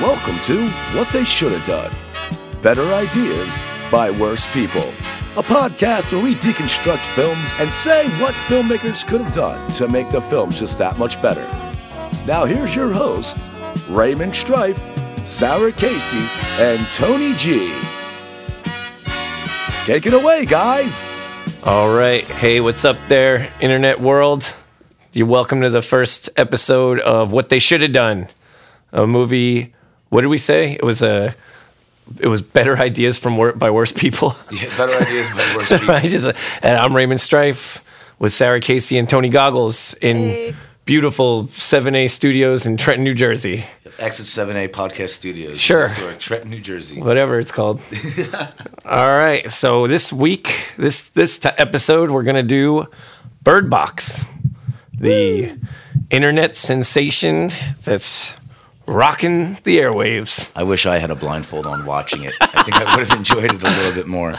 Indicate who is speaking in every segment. Speaker 1: Welcome to What They Should Have Done Better Ideas by Worse People, a podcast where we deconstruct films and say what filmmakers could have done to make the films just that much better. Now, here's your hosts Raymond Strife, Sarah Casey, and Tony G. Take it away, guys.
Speaker 2: All right. Hey, what's up there, internet world? You're welcome to the first episode of What They Should Have Done, a movie. What did we say? It was a. It was better ideas from wor- by worse people.
Speaker 3: Yeah, better ideas by worse people.
Speaker 2: Right? Just, uh, and I'm Raymond Strife with Sarah Casey and Tony Goggles in beautiful 7A studios in Trenton, New Jersey.
Speaker 3: Exit 7A Podcast Studios.
Speaker 2: Sure.
Speaker 3: Historic Trenton, New Jersey.
Speaker 2: whatever it's called. All right, so this week, this this t- episode, we're gonna do Bird Box, the internet sensation that's rocking the airwaves.
Speaker 3: I wish I had a blindfold on watching it. I think I would have enjoyed it a little bit more.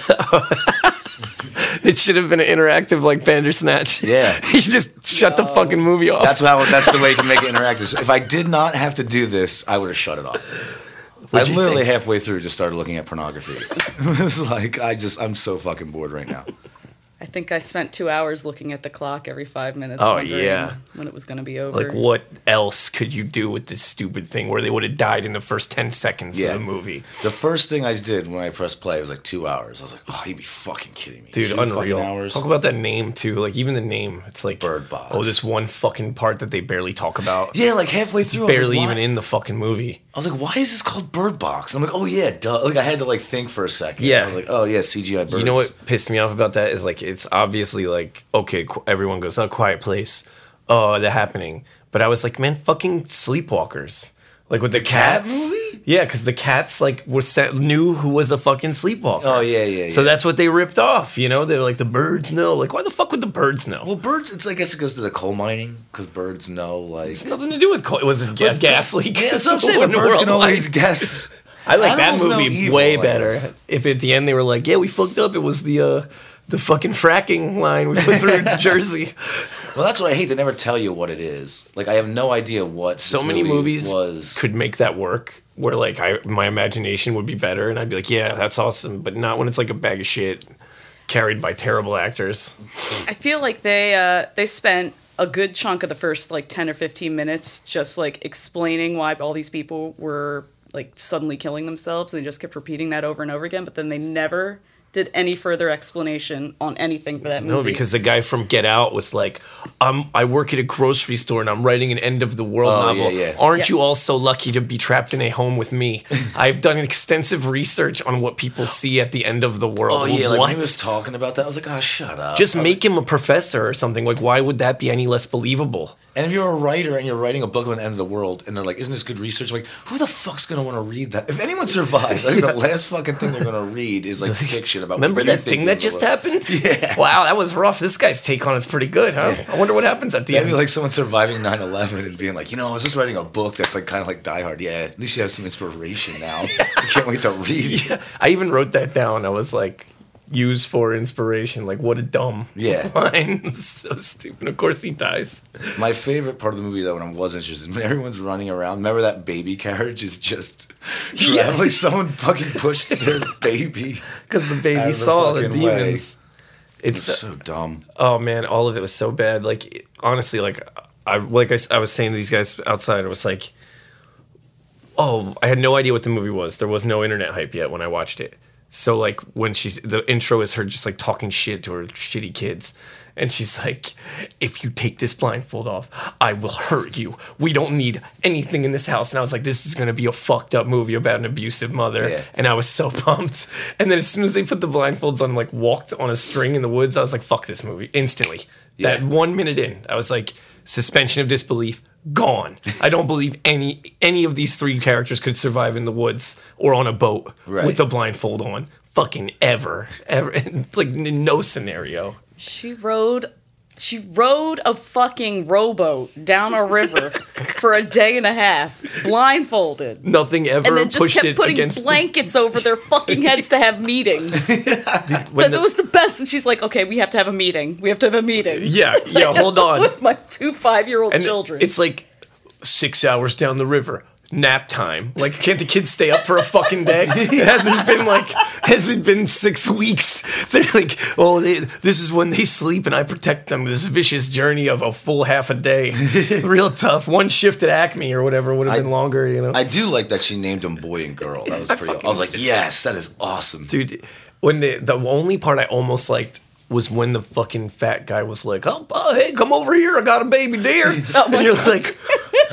Speaker 2: It should have been an interactive like Bandersnatch.
Speaker 3: Yeah.
Speaker 2: you just shut the fucking movie off.
Speaker 3: That's how. That's the way you can make it interactive. If I did not have to do this, I would have shut it off. I
Speaker 2: you
Speaker 3: literally
Speaker 2: think?
Speaker 3: halfway through just started looking at pornography. it was like I just I'm so fucking bored right now.
Speaker 4: I think I spent two hours looking at the clock every five minutes.
Speaker 2: Oh,
Speaker 4: wondering
Speaker 2: yeah.
Speaker 4: when it was going to be over.
Speaker 2: like what else could you do with this stupid thing where they would have died in the first 10 seconds of
Speaker 3: Yeah.
Speaker 2: the movie
Speaker 3: The first thing I did when I pressed play was like two hours. I was like, oh, you'd be fucking kidding me,
Speaker 2: dude
Speaker 3: Two fucking
Speaker 2: unreal
Speaker 3: hours.
Speaker 2: talk about that name too like even the name it's like
Speaker 3: Bird Box.
Speaker 2: oh this one fucking part that they barely talk about
Speaker 3: Yeah, like halfway through, I was like,
Speaker 2: barely
Speaker 3: why-
Speaker 2: even in the fucking movie.
Speaker 3: I was like, why is this called Bird Box? I'm like, oh yeah, duh. Like I had to like think for a second.
Speaker 2: Yeah.
Speaker 3: I was like, oh yeah, CGI birds.
Speaker 2: You know what pissed me off about that is like it's obviously like okay, qu- everyone goes oh, quiet place, oh the happening, but I was like man, fucking sleepwalkers, like with the,
Speaker 3: cat
Speaker 2: cats.
Speaker 3: movie?
Speaker 2: Yeah, because the cats like were set, knew who was a fucking sleepwalker.
Speaker 3: Oh yeah, yeah.
Speaker 2: So
Speaker 3: yeah.
Speaker 2: that's what they ripped off, you know? They're like the birds know. Like why the fuck would the birds know?
Speaker 3: well, birds. It's I guess it goes to the coal mining because birds know like.
Speaker 2: It's nothing to do with co- it was a ga- gas leak.
Speaker 3: Yeah, that's what I'm saying. But
Speaker 2: Wouldn't
Speaker 3: birds
Speaker 2: world
Speaker 3: can always
Speaker 2: like-
Speaker 3: guess.
Speaker 2: I like that
Speaker 3: Animals know
Speaker 2: movie
Speaker 3: evil,
Speaker 2: way
Speaker 3: I
Speaker 2: better.
Speaker 3: guess.
Speaker 2: If at the end they were like, "Yeah, we fucked up. It was the uh, the fucking fracking line we put through Jersey."
Speaker 3: Well, that's what I hate. They never tell you what it is. Like I have no idea what.
Speaker 2: So
Speaker 3: this
Speaker 2: many
Speaker 3: movie
Speaker 2: movies
Speaker 3: was.
Speaker 2: could make that work. Where like I, my imagination would be better, and I'd be like, "Yeah, that's awesome," but not when it's like a bag of shit carried by terrible actors.
Speaker 4: I feel like they uh, they spent a good chunk of the first like ten or fifteen minutes just like explaining why all these people were like suddenly killing themselves, and they just kept repeating that over and over again. But then they never did any further explanation on anything for that movie.
Speaker 2: No, because the guy from Get Out was like, um, I work at a grocery store and I'm writing an end of the world
Speaker 3: Oh,
Speaker 2: novel.
Speaker 3: yeah, yeah.
Speaker 2: Aren't you
Speaker 4: Yes.
Speaker 2: all so lucky to be trapped in a home with me? I've done extensive research on what people see at the end of the world.
Speaker 3: oh yeah, like
Speaker 2: what?
Speaker 3: when he was talking about that, I was like, oh shut up.
Speaker 2: Just make him a professor or something. Like, why would that be any less believable?
Speaker 3: And if you're a writer and you're writing a book on the end of the world, and they're like, "Isn't this good research?" I'm like, who the fuck's gonna want to read that? If anyone survives, I think the last fucking thing they're gonna read is like fiction about. what
Speaker 2: Remember
Speaker 3: you
Speaker 2: that thing
Speaker 3: think the
Speaker 2: that
Speaker 3: end of
Speaker 2: just
Speaker 3: the world-
Speaker 2: happened? Wow, that was rough. This guy's take on it's pretty good, huh? I wonder what happens at the
Speaker 3: Maybe
Speaker 2: end.
Speaker 3: like someone surviving 9-11 and being like, you know, I was just writing a book that's like kind of like Die Hard. Yeah, at least you have some inspiration now. I can't wait to read. Yeah,
Speaker 2: I even wrote that down. I was like, use for inspiration. Like, what a dumb
Speaker 3: Yeah.
Speaker 2: line. so stupid. Of course he dies.
Speaker 3: My favorite part of the movie though, when I was interested, when everyone's running around. Remember that baby carriage is just
Speaker 2: Yeah.
Speaker 3: traveling. Someone fucking pushed their baby.
Speaker 2: Because the
Speaker 3: Out
Speaker 2: baby
Speaker 3: of the
Speaker 2: saw the
Speaker 3: fucking
Speaker 2: demons. It's,
Speaker 3: It's so dumb.
Speaker 2: oh man, all of it was so bad. Like it- honestly, like I like I, s- I was saying to these guys outside, I was like, oh, I had no idea what the movie was. There was no internet hype yet when I watched it. So like when she's the intro is her just like talking shit to her shitty kids. And she's like, if you take this blindfold off, I will hurt you. We don't need anything in this house. And I was like, this is gonna be a fucked up movie about an abusive mother.
Speaker 3: Yeah.
Speaker 2: And I was so pumped. And then as soon as they put the blindfolds on, like walked on a string in the woods, I was like, fuck this movie instantly. That
Speaker 3: Yeah.
Speaker 2: one minute in, I was like, suspension of disbelief gone. I don't believe any any of these three characters could survive in the woods or on a boat
Speaker 3: Right.
Speaker 2: with a blindfold on. Fucking ever, ever, It's like n- no scenario.
Speaker 4: She rode she rode a fucking rowboat down a river for a day and a half, blindfolded.
Speaker 2: Nothing ever
Speaker 4: And then just
Speaker 2: pushed
Speaker 4: kept
Speaker 2: it
Speaker 4: putting
Speaker 2: against. the-
Speaker 4: blankets over their fucking heads to have meetings.
Speaker 2: when
Speaker 4: that
Speaker 2: the-
Speaker 4: was the best. And she's like, okay, we have to have a meeting. We have to have a meeting.
Speaker 2: yeah, yeah. Hold on.
Speaker 4: With my two five year old
Speaker 2: And
Speaker 4: children.
Speaker 2: It's like six hours down the river. nap time. Like, can't the kids stay up for a fucking day? It hasn't been like, hasn't been six weeks. They're like, oh, they, this is when they sleep, and I protect them. This vicious journey of a full half a day, real tough. One shift at Acme or whatever would have been
Speaker 3: I-
Speaker 2: longer, you know.
Speaker 3: I do like that she named him boy and girl. That was pretty. I was like, yes, that is awesome.
Speaker 2: dude. When the the only part I almost liked was when the fucking fat guy was like, "Oh, oh, hey, come over here! I got a baby deer," and you're like,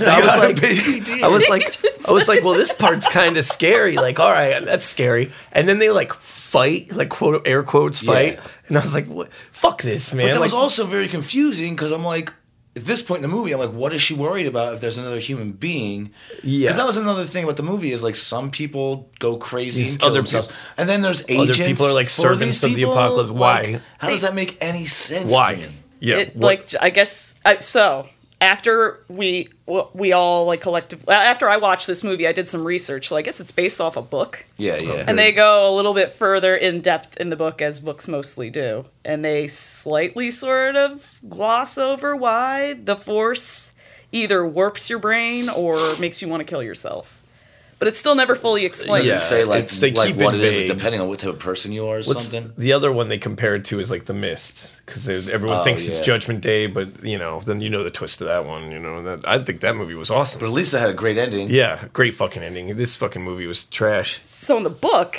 Speaker 2: Oh "I was like,
Speaker 3: baby deer.
Speaker 2: I was like, I was like, well, this part's kind of scary. Like, all right, that's scary." And then they like fight, like quote air quotes fight,
Speaker 3: Yeah.
Speaker 2: and I was like, "What? Fuck this, man!"
Speaker 3: But that
Speaker 2: like,
Speaker 3: was also very confusing because I'm like, at this point in the movie, I'm like, what is she worried about if there's another human being?
Speaker 2: Yeah.
Speaker 3: Because that was another thing about the movie is like some people go crazy
Speaker 2: These
Speaker 3: and kill
Speaker 2: other
Speaker 3: themselves,
Speaker 2: peop-
Speaker 3: and then there's
Speaker 2: Other
Speaker 3: agents.
Speaker 2: people are like
Speaker 3: for these
Speaker 2: servants of the
Speaker 3: people.
Speaker 2: apocalypse.
Speaker 3: Like,
Speaker 2: Why?
Speaker 3: how does that make any sense? To
Speaker 2: why?
Speaker 3: you?
Speaker 2: Yeah,
Speaker 4: it,
Speaker 2: what-
Speaker 4: like I guess I, so. After we w- we all like collectively after I watched this movie, I did some research. So I guess it's based off a book,
Speaker 3: Yeah, yeah.
Speaker 4: and they go a little bit further in depth in the book as books mostly do, and they slightly sort of gloss over why the force either warps your brain or makes you want to kill yourself. But it's still never fully explained.
Speaker 3: doesn't
Speaker 2: Yeah,
Speaker 3: say like,
Speaker 2: it's- they
Speaker 3: like
Speaker 2: keep
Speaker 3: what
Speaker 2: it
Speaker 3: it is,
Speaker 2: vague.
Speaker 3: depending on what type of person you are or
Speaker 2: What's
Speaker 3: something.
Speaker 2: the other one they compare it to is like the mist because everyone
Speaker 3: Oh,
Speaker 2: thinks it's
Speaker 3: yeah.
Speaker 2: Judgment Day, but you know, then you know the twist of that one. You know, that I think that movie was awesome.
Speaker 3: But at least it had a great ending.
Speaker 2: Yeah, great fucking ending. This fucking movie was trash.
Speaker 4: So in the book,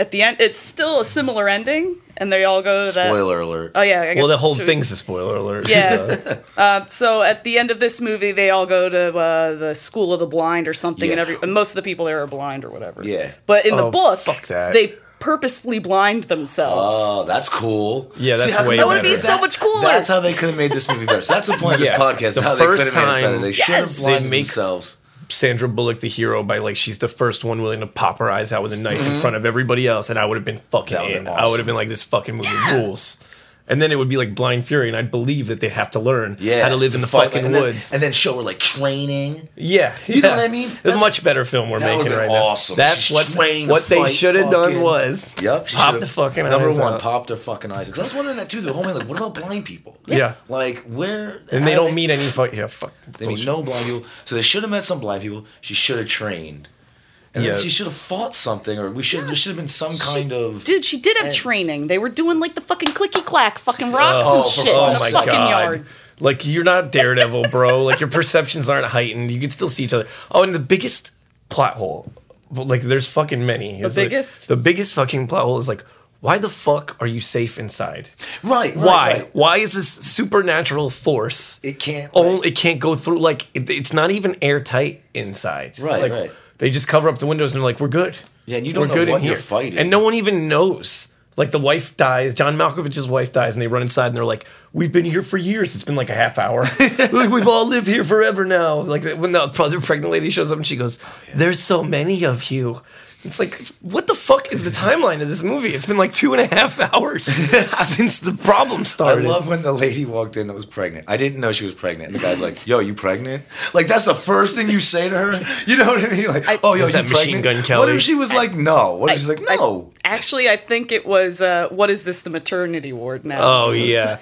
Speaker 4: at the end, it's still a similar ending, and they all go to that.
Speaker 3: Spoiler alert.
Speaker 4: Oh yeah, I guess
Speaker 2: Well, the whole
Speaker 4: should we-
Speaker 2: thing's a spoiler alert.
Speaker 4: Yeah. uh, so at the end of this movie, they all go to uh, the school of the blind or something, and
Speaker 3: Yeah.
Speaker 4: every and most of the people there are blind or whatever.
Speaker 3: Yeah.
Speaker 4: But in
Speaker 2: Oh,
Speaker 4: the book,
Speaker 2: fuck that.
Speaker 4: they purposefully blind themselves.
Speaker 3: Oh, that's cool.
Speaker 2: Yeah, that's
Speaker 3: how-
Speaker 2: way
Speaker 4: That would've been better. so
Speaker 3: that-
Speaker 4: much cooler.
Speaker 3: That's how they could have made this movie better. So that's the point of
Speaker 2: Yeah.
Speaker 3: this podcast.
Speaker 2: The
Speaker 3: how they could
Speaker 2: first
Speaker 3: have made it better.
Speaker 2: time-
Speaker 3: They should have
Speaker 4: Yes. They
Speaker 3: blinded
Speaker 2: make-
Speaker 3: themselves.
Speaker 2: Sandra Bullock, the hero, by like she's the first one willing to pop her eyes out with a knife in front of everybody else, and I would have been fucking.
Speaker 3: That would've
Speaker 2: in.
Speaker 3: been
Speaker 2: I would have
Speaker 3: awesome.
Speaker 2: been like, this fucking movie rules. And then it would be like Blind Fury, and I'd believe that they'd have to learn
Speaker 3: Yeah,
Speaker 2: how to live in the
Speaker 3: fight,
Speaker 2: fucking
Speaker 3: and then-
Speaker 2: woods.
Speaker 3: and then show her like training.
Speaker 2: Yeah,
Speaker 3: You know
Speaker 2: yeah.
Speaker 3: what I mean?
Speaker 2: It's a
Speaker 3: That's-
Speaker 2: much better film we're
Speaker 3: that would've
Speaker 2: making
Speaker 3: been
Speaker 2: right
Speaker 3: awesome.
Speaker 2: now. That's
Speaker 3: She's
Speaker 2: what
Speaker 3: trained to
Speaker 2: what they
Speaker 3: fight
Speaker 2: should have done
Speaker 3: fucking-
Speaker 2: was
Speaker 3: Yep. she
Speaker 2: pop
Speaker 3: should've-
Speaker 2: the fucking
Speaker 3: number
Speaker 2: eyes
Speaker 3: one.
Speaker 2: out.
Speaker 3: Pop their fucking eyes. Because I was wondering that too. The whole man, like, what about blind people?
Speaker 2: Yeah.
Speaker 3: Like where?
Speaker 2: and they
Speaker 3: how
Speaker 2: don't meet any fuck. Yeah, fuck.
Speaker 3: They meet
Speaker 2: bullshit.
Speaker 3: no blind people. So they should have met some blind people. She should have trained. And
Speaker 2: Yeah.
Speaker 3: then she should have fought something, or we should. There should have been some
Speaker 4: She-
Speaker 3: kind of
Speaker 4: dude, she did have
Speaker 3: and-
Speaker 4: training. They were doing like the fucking clicky clack, fucking rocks
Speaker 2: Oh,
Speaker 4: and
Speaker 3: for
Speaker 4: shit in
Speaker 2: oh
Speaker 4: the
Speaker 2: my
Speaker 4: fucking
Speaker 2: god.
Speaker 4: yard.
Speaker 2: Like you're not Daredevil, bro. like your perceptions aren't heightened. You can still see each other. Oh, and the biggest plot hole. But like there's fucking many. The
Speaker 4: biggest?
Speaker 2: the biggest fucking plot hole is like why the fuck are you safe inside?
Speaker 3: right. right,
Speaker 2: Why?
Speaker 3: right.
Speaker 2: Why is this supernatural force?
Speaker 3: It can't,
Speaker 2: Only
Speaker 3: like-
Speaker 2: it can't go through. Like it, it's not even airtight inside.
Speaker 3: Right,
Speaker 2: Like,
Speaker 3: right.
Speaker 2: They just cover up the windows and they're like, "We're good."
Speaker 3: Yeah, and you don't
Speaker 2: We're
Speaker 3: know
Speaker 2: good in
Speaker 3: what you're
Speaker 2: here."
Speaker 3: fighting.
Speaker 2: and no one even knows. Like the wife dies, John Malkovich's wife dies, and they run inside and they're like, "We've been here for years. It's been like a half hour. like we've all lived here forever now." Like when the other pregnant lady shows up and she goes,
Speaker 3: Oh,
Speaker 2: "There's so many of you." It's like, what the fuck is the timeline of this movie? It's been like two and a half hours since the problem
Speaker 3: I
Speaker 2: started.
Speaker 3: love when the lady walked in that was pregnant. I didn't know she was pregnant. And the guy's like, "Yo, you pregnant?" Like that's the first thing you say to her. You know what I mean? Like, "Oh, yo,
Speaker 2: Was
Speaker 3: you
Speaker 2: that Machine
Speaker 3: pregnant?"
Speaker 2: Gun Kelly?
Speaker 3: What if she was like, "No"? What if she's like,
Speaker 4: I-
Speaker 3: "No"?
Speaker 4: actually, I think it was uh, what is this the maternity ward now?
Speaker 2: Oh yeah.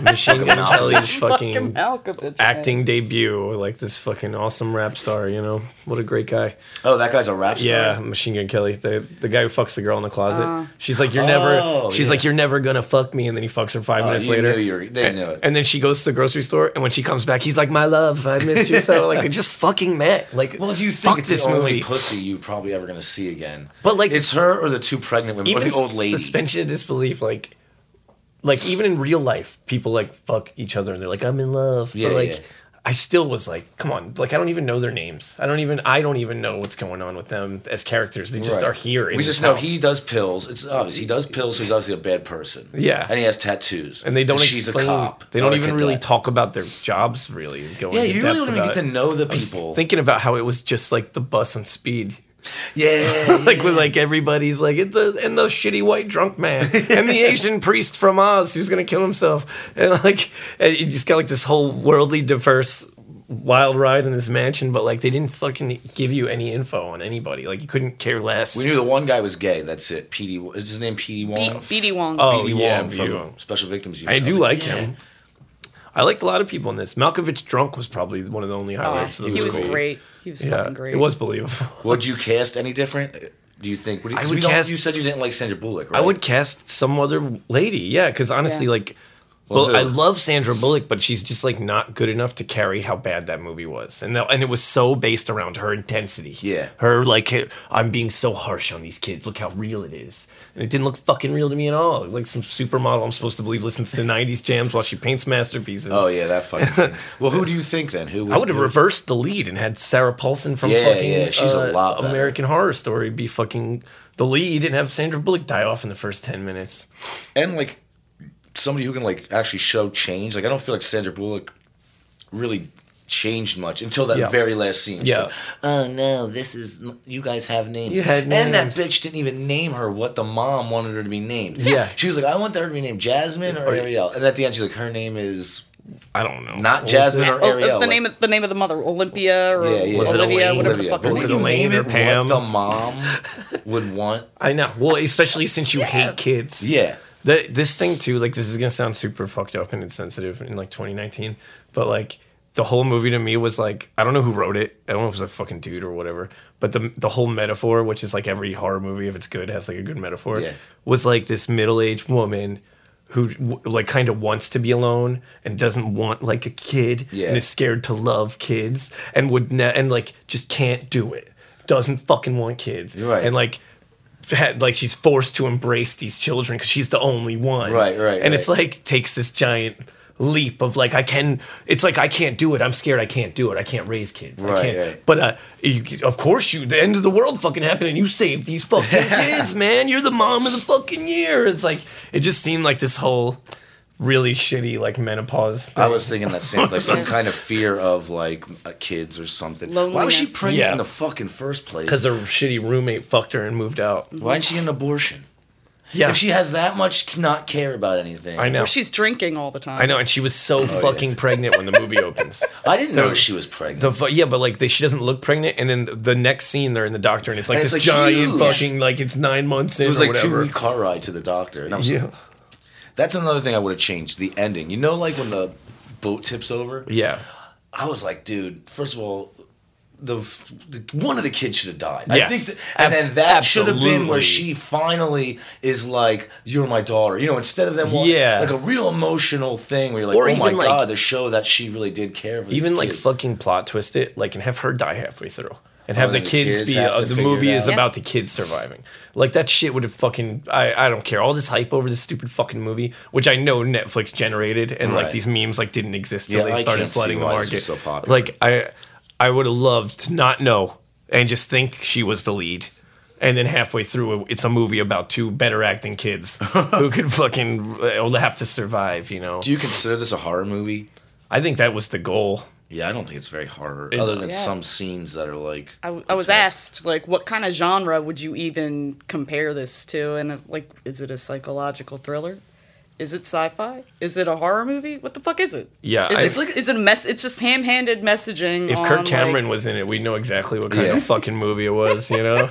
Speaker 2: Machine Gun Kelly's
Speaker 4: fucking
Speaker 2: fucking
Speaker 4: Malkovich.
Speaker 2: acting debut, like this fucking awesome rap star, you know. What a great guy.
Speaker 3: oh, that guy's a rap star.
Speaker 2: Yeah, Machine Gun Kelly, the the guy who fucks the girl in the closet. she's like you're never
Speaker 3: Oh,
Speaker 2: she's
Speaker 3: yeah.
Speaker 2: like you're never going to fuck me and then he fucks her 5
Speaker 3: Oh,
Speaker 2: minutes
Speaker 3: you
Speaker 2: later.
Speaker 3: knew you were- they
Speaker 2: and,
Speaker 3: knew it.
Speaker 2: and then she goes to the grocery store and when she comes back he's like my love, I missed you so like they just fucking met. Like
Speaker 3: Well, if you think
Speaker 2: fuck
Speaker 3: it's
Speaker 2: this
Speaker 3: the only
Speaker 2: movie.
Speaker 3: pussy you probably ever gonna see again,
Speaker 2: But, like-
Speaker 3: it's her or the two pregnant women or the old lady.
Speaker 2: suspension of disbelief, like, like even in real life, people like fuck each other and they're like, "I'm in love,"
Speaker 3: Yeah,
Speaker 2: but like,
Speaker 3: yeah.
Speaker 2: I still was like, "Come on!" Like, I don't even know their names. I don't even I don't even know what's going on with them as characters. They just
Speaker 3: Right.
Speaker 2: are here. In
Speaker 3: We
Speaker 2: this
Speaker 3: just know
Speaker 2: house.
Speaker 3: he does pills. It's obvious he does pills. So he's obviously a bad person.
Speaker 2: Yeah.
Speaker 3: and he has tattoos.
Speaker 2: and they don't.
Speaker 3: she's
Speaker 2: explain-
Speaker 3: a cop.
Speaker 2: They don't
Speaker 3: Oh, I
Speaker 2: even
Speaker 3: get
Speaker 2: really
Speaker 3: that.
Speaker 2: talk about their jobs. Really, going
Speaker 3: Yeah,
Speaker 2: into depth
Speaker 3: you really don't even get
Speaker 2: about
Speaker 3: to
Speaker 2: it.
Speaker 3: know the
Speaker 2: I was
Speaker 3: people.
Speaker 2: Thinking about how it was just like the bus on speed.
Speaker 3: Yeah,
Speaker 2: like with like everybody's like and the and the shitty white drunk man and the Asian priest from Oz who's gonna kill himself and like and you just got like this whole worldly diverse wild ride in this mansion but like they didn't fucking give you any info on anybody like you couldn't care less
Speaker 3: We knew the one guy was gay. That's it. PD Wa- is his name. PD Wong.
Speaker 4: B- BD Wong.
Speaker 2: Oh,
Speaker 3: PD
Speaker 2: yeah,
Speaker 3: Wong
Speaker 2: BD
Speaker 3: from
Speaker 2: Wong.
Speaker 3: Special Victims Unit.
Speaker 2: I
Speaker 3: was
Speaker 2: do like
Speaker 3: yeah.
Speaker 2: him I liked a lot of people in this. Malkovich drunk was probably one of the only highlights. of the
Speaker 4: Oh, he was
Speaker 2: movie.
Speaker 4: great. He was
Speaker 2: Yeah,
Speaker 4: fucking great.
Speaker 2: it was believable.
Speaker 3: Would you cast any different? Do you think? Would you,
Speaker 2: I
Speaker 3: 'cause
Speaker 2: would
Speaker 3: we don't-
Speaker 2: cast-
Speaker 3: You said you didn't like Sandra Bullock,
Speaker 2: I
Speaker 3: right?
Speaker 2: would cast some other lady. Yeah, because honestly,
Speaker 4: Yeah.
Speaker 2: like,
Speaker 3: Well,
Speaker 2: well,
Speaker 3: who?
Speaker 2: I love Sandra Bullock, but she's just like not good enough to carry how bad that movie was, and that, and it was so based around her intensity.
Speaker 3: Yeah.
Speaker 2: her like, h- I'm being so harsh on these kids. Look how real it is, and it didn't look fucking real to me at all. Like some supermodel I'm supposed to believe listens to '90s jams while she paints masterpieces.
Speaker 3: Oh yeah, that fucking. Scene. well, who do you think then? Who
Speaker 2: I would have
Speaker 3: who-
Speaker 2: reversed the lead and had Sarah Paulson from
Speaker 3: Yeah,
Speaker 2: fucking
Speaker 3: yeah, she's a
Speaker 2: uh,
Speaker 3: lot better.
Speaker 2: American Horror Story be fucking the lead and have Sandra Bullock die off in the first ten minutes.
Speaker 3: and like somebody who can like actually show change. Like I don't feel like Sandra Bullock really changed much until that
Speaker 2: Yeah.
Speaker 3: very last scene. She's
Speaker 2: Yeah.
Speaker 3: like, oh no, this is you guys have names.
Speaker 2: You had
Speaker 3: And that
Speaker 2: names.
Speaker 3: bitch didn't even name her what the mom wanted her to be named.
Speaker 2: Yeah.
Speaker 3: She was like, I want her to be named Jasmine or
Speaker 2: Or-
Speaker 3: Ariel. And at the end she's like, her name is
Speaker 2: I don't know.
Speaker 3: Not
Speaker 2: What was
Speaker 3: Jasmine
Speaker 2: it?
Speaker 3: or
Speaker 4: Oh,
Speaker 3: Ariel.
Speaker 4: the
Speaker 3: like-
Speaker 4: name of the name of the mother, Olympia or
Speaker 3: Yeah, yeah. Was it
Speaker 4: Olivia,
Speaker 2: Elaine?
Speaker 4: whatever
Speaker 3: Olivia.
Speaker 4: the fuck.
Speaker 3: But
Speaker 4: her
Speaker 2: was
Speaker 3: would
Speaker 2: it
Speaker 4: name
Speaker 3: you
Speaker 4: is.
Speaker 2: Elaine?
Speaker 3: name
Speaker 2: or
Speaker 3: it
Speaker 2: Pam?
Speaker 3: What the mom would want.
Speaker 2: I know. Well, especially since you hate kids.
Speaker 3: Yeah.
Speaker 2: The, this thing too, like this is gonna sound super fucked up and insensitive in like 2019, but like the whole movie to me was like I don't know who wrote it. I don't know if it was a fucking dude or whatever. But the the whole metaphor, which is like every horror movie if it's good has like a good metaphor,
Speaker 3: Yeah.
Speaker 2: was like this middle aged woman who w- like kind of wants to be alone and doesn't want like a kid
Speaker 3: Yeah.
Speaker 2: and is scared to love kids and would ne- and like just can't do it. Doesn't fucking want kids.
Speaker 3: You're right.
Speaker 2: And like had, like she's forced to embrace these children because she's the only one.
Speaker 3: Right, right,
Speaker 2: And it's
Speaker 3: right.
Speaker 2: like takes this giant leap of like I can. It's like I can't do it. I'm scared. I can't do it. I can't raise kids.
Speaker 3: Right,
Speaker 2: I can't.
Speaker 3: right.
Speaker 2: But uh, you, of course you. The end of the world fucking happened, and you saved these fucking kids, man. You're the mom of the fucking year. It's like it just seemed like this whole really shitty like menopause. Thing.
Speaker 3: I was thinking that same, like some kind of fear of like uh, kids or something. Why was she
Speaker 4: Loneliness.
Speaker 3: pregnant
Speaker 2: Yeah.
Speaker 3: in the fucking first place?
Speaker 2: because her shitty roommate fucked her and moved out.
Speaker 3: Why didn't she get an abortion?
Speaker 2: Yeah,
Speaker 3: If she has that much, c- not care about anything.
Speaker 2: I know.
Speaker 4: She's drinking all the time.
Speaker 2: I know, and she was so
Speaker 3: Oh,
Speaker 2: fucking pregnant when the movie opens.
Speaker 3: I didn't know
Speaker 2: The-
Speaker 3: she was pregnant.
Speaker 2: The fu- yeah, but like they, she doesn't look pregnant, and then the next scene they're in the doctor, and it's like
Speaker 3: And it's,
Speaker 2: this
Speaker 3: like,
Speaker 2: giant
Speaker 3: huge.
Speaker 2: fucking like it's nine months in
Speaker 3: it was
Speaker 2: or
Speaker 3: like two
Speaker 2: whatever.
Speaker 3: week car ride to the doctor, and I was
Speaker 2: yeah,
Speaker 3: like, that's another thing I would have changed. The ending, you know, like when the boat tips over.
Speaker 2: yeah,
Speaker 3: I was like, dude, first of all, the, f- the one of the kids should have died. I
Speaker 2: Yes.
Speaker 3: think th- and
Speaker 2: Abs-
Speaker 3: then that should have been where
Speaker 2: absolutely.
Speaker 3: she finally is like, "You're my daughter." You know, instead of them, wa-
Speaker 2: Yeah.
Speaker 3: like a real emotional thing where you're like,
Speaker 2: Or
Speaker 3: "Oh my
Speaker 2: even, like-
Speaker 3: god," to show that she really did care for these
Speaker 2: even like
Speaker 3: kids.
Speaker 2: fucking plot twist it, like and have her die halfway through, and have
Speaker 3: and
Speaker 2: the
Speaker 3: Oh, the
Speaker 2: kids,
Speaker 3: kids
Speaker 2: be
Speaker 3: have
Speaker 2: uh,
Speaker 3: to
Speaker 2: the
Speaker 3: figure it
Speaker 2: movie is
Speaker 3: out.
Speaker 2: about the kids surviving. Like that shit would have fucking I I don't care. All this hype over this stupid fucking movie, which I know Netflix generated, and
Speaker 3: Right.
Speaker 2: like these memes like didn't exist till
Speaker 3: Yeah, I
Speaker 2: they started
Speaker 3: can't see
Speaker 2: flooding the
Speaker 3: why this
Speaker 2: market.
Speaker 3: was so popular.
Speaker 2: like I I would have loved to not know and just think she was the lead. And then halfway through, it's a movie about two better acting kids who could fucking uh, have to survive. You know,
Speaker 3: Do you consider this a horror movie?
Speaker 2: I think that was the goal.
Speaker 3: Yeah, I don't think it's very horror, other than
Speaker 4: Yeah.
Speaker 3: some scenes that are like.
Speaker 4: I, w- I was asked like, what kind of genre would you even compare this to? And uh, like, is it a psychological thriller? Is it sci-fi? Is it a horror movie? What the fuck is it?
Speaker 2: Yeah,
Speaker 4: is
Speaker 2: I-
Speaker 4: it,
Speaker 2: It's
Speaker 3: like-
Speaker 4: is it a mess? It's just ham-handed messaging.
Speaker 2: If
Speaker 4: on,
Speaker 2: Kirk Cameron
Speaker 4: like-
Speaker 2: was in it, we'd know exactly what kind
Speaker 3: Yeah.
Speaker 2: of fucking movie it was. You know,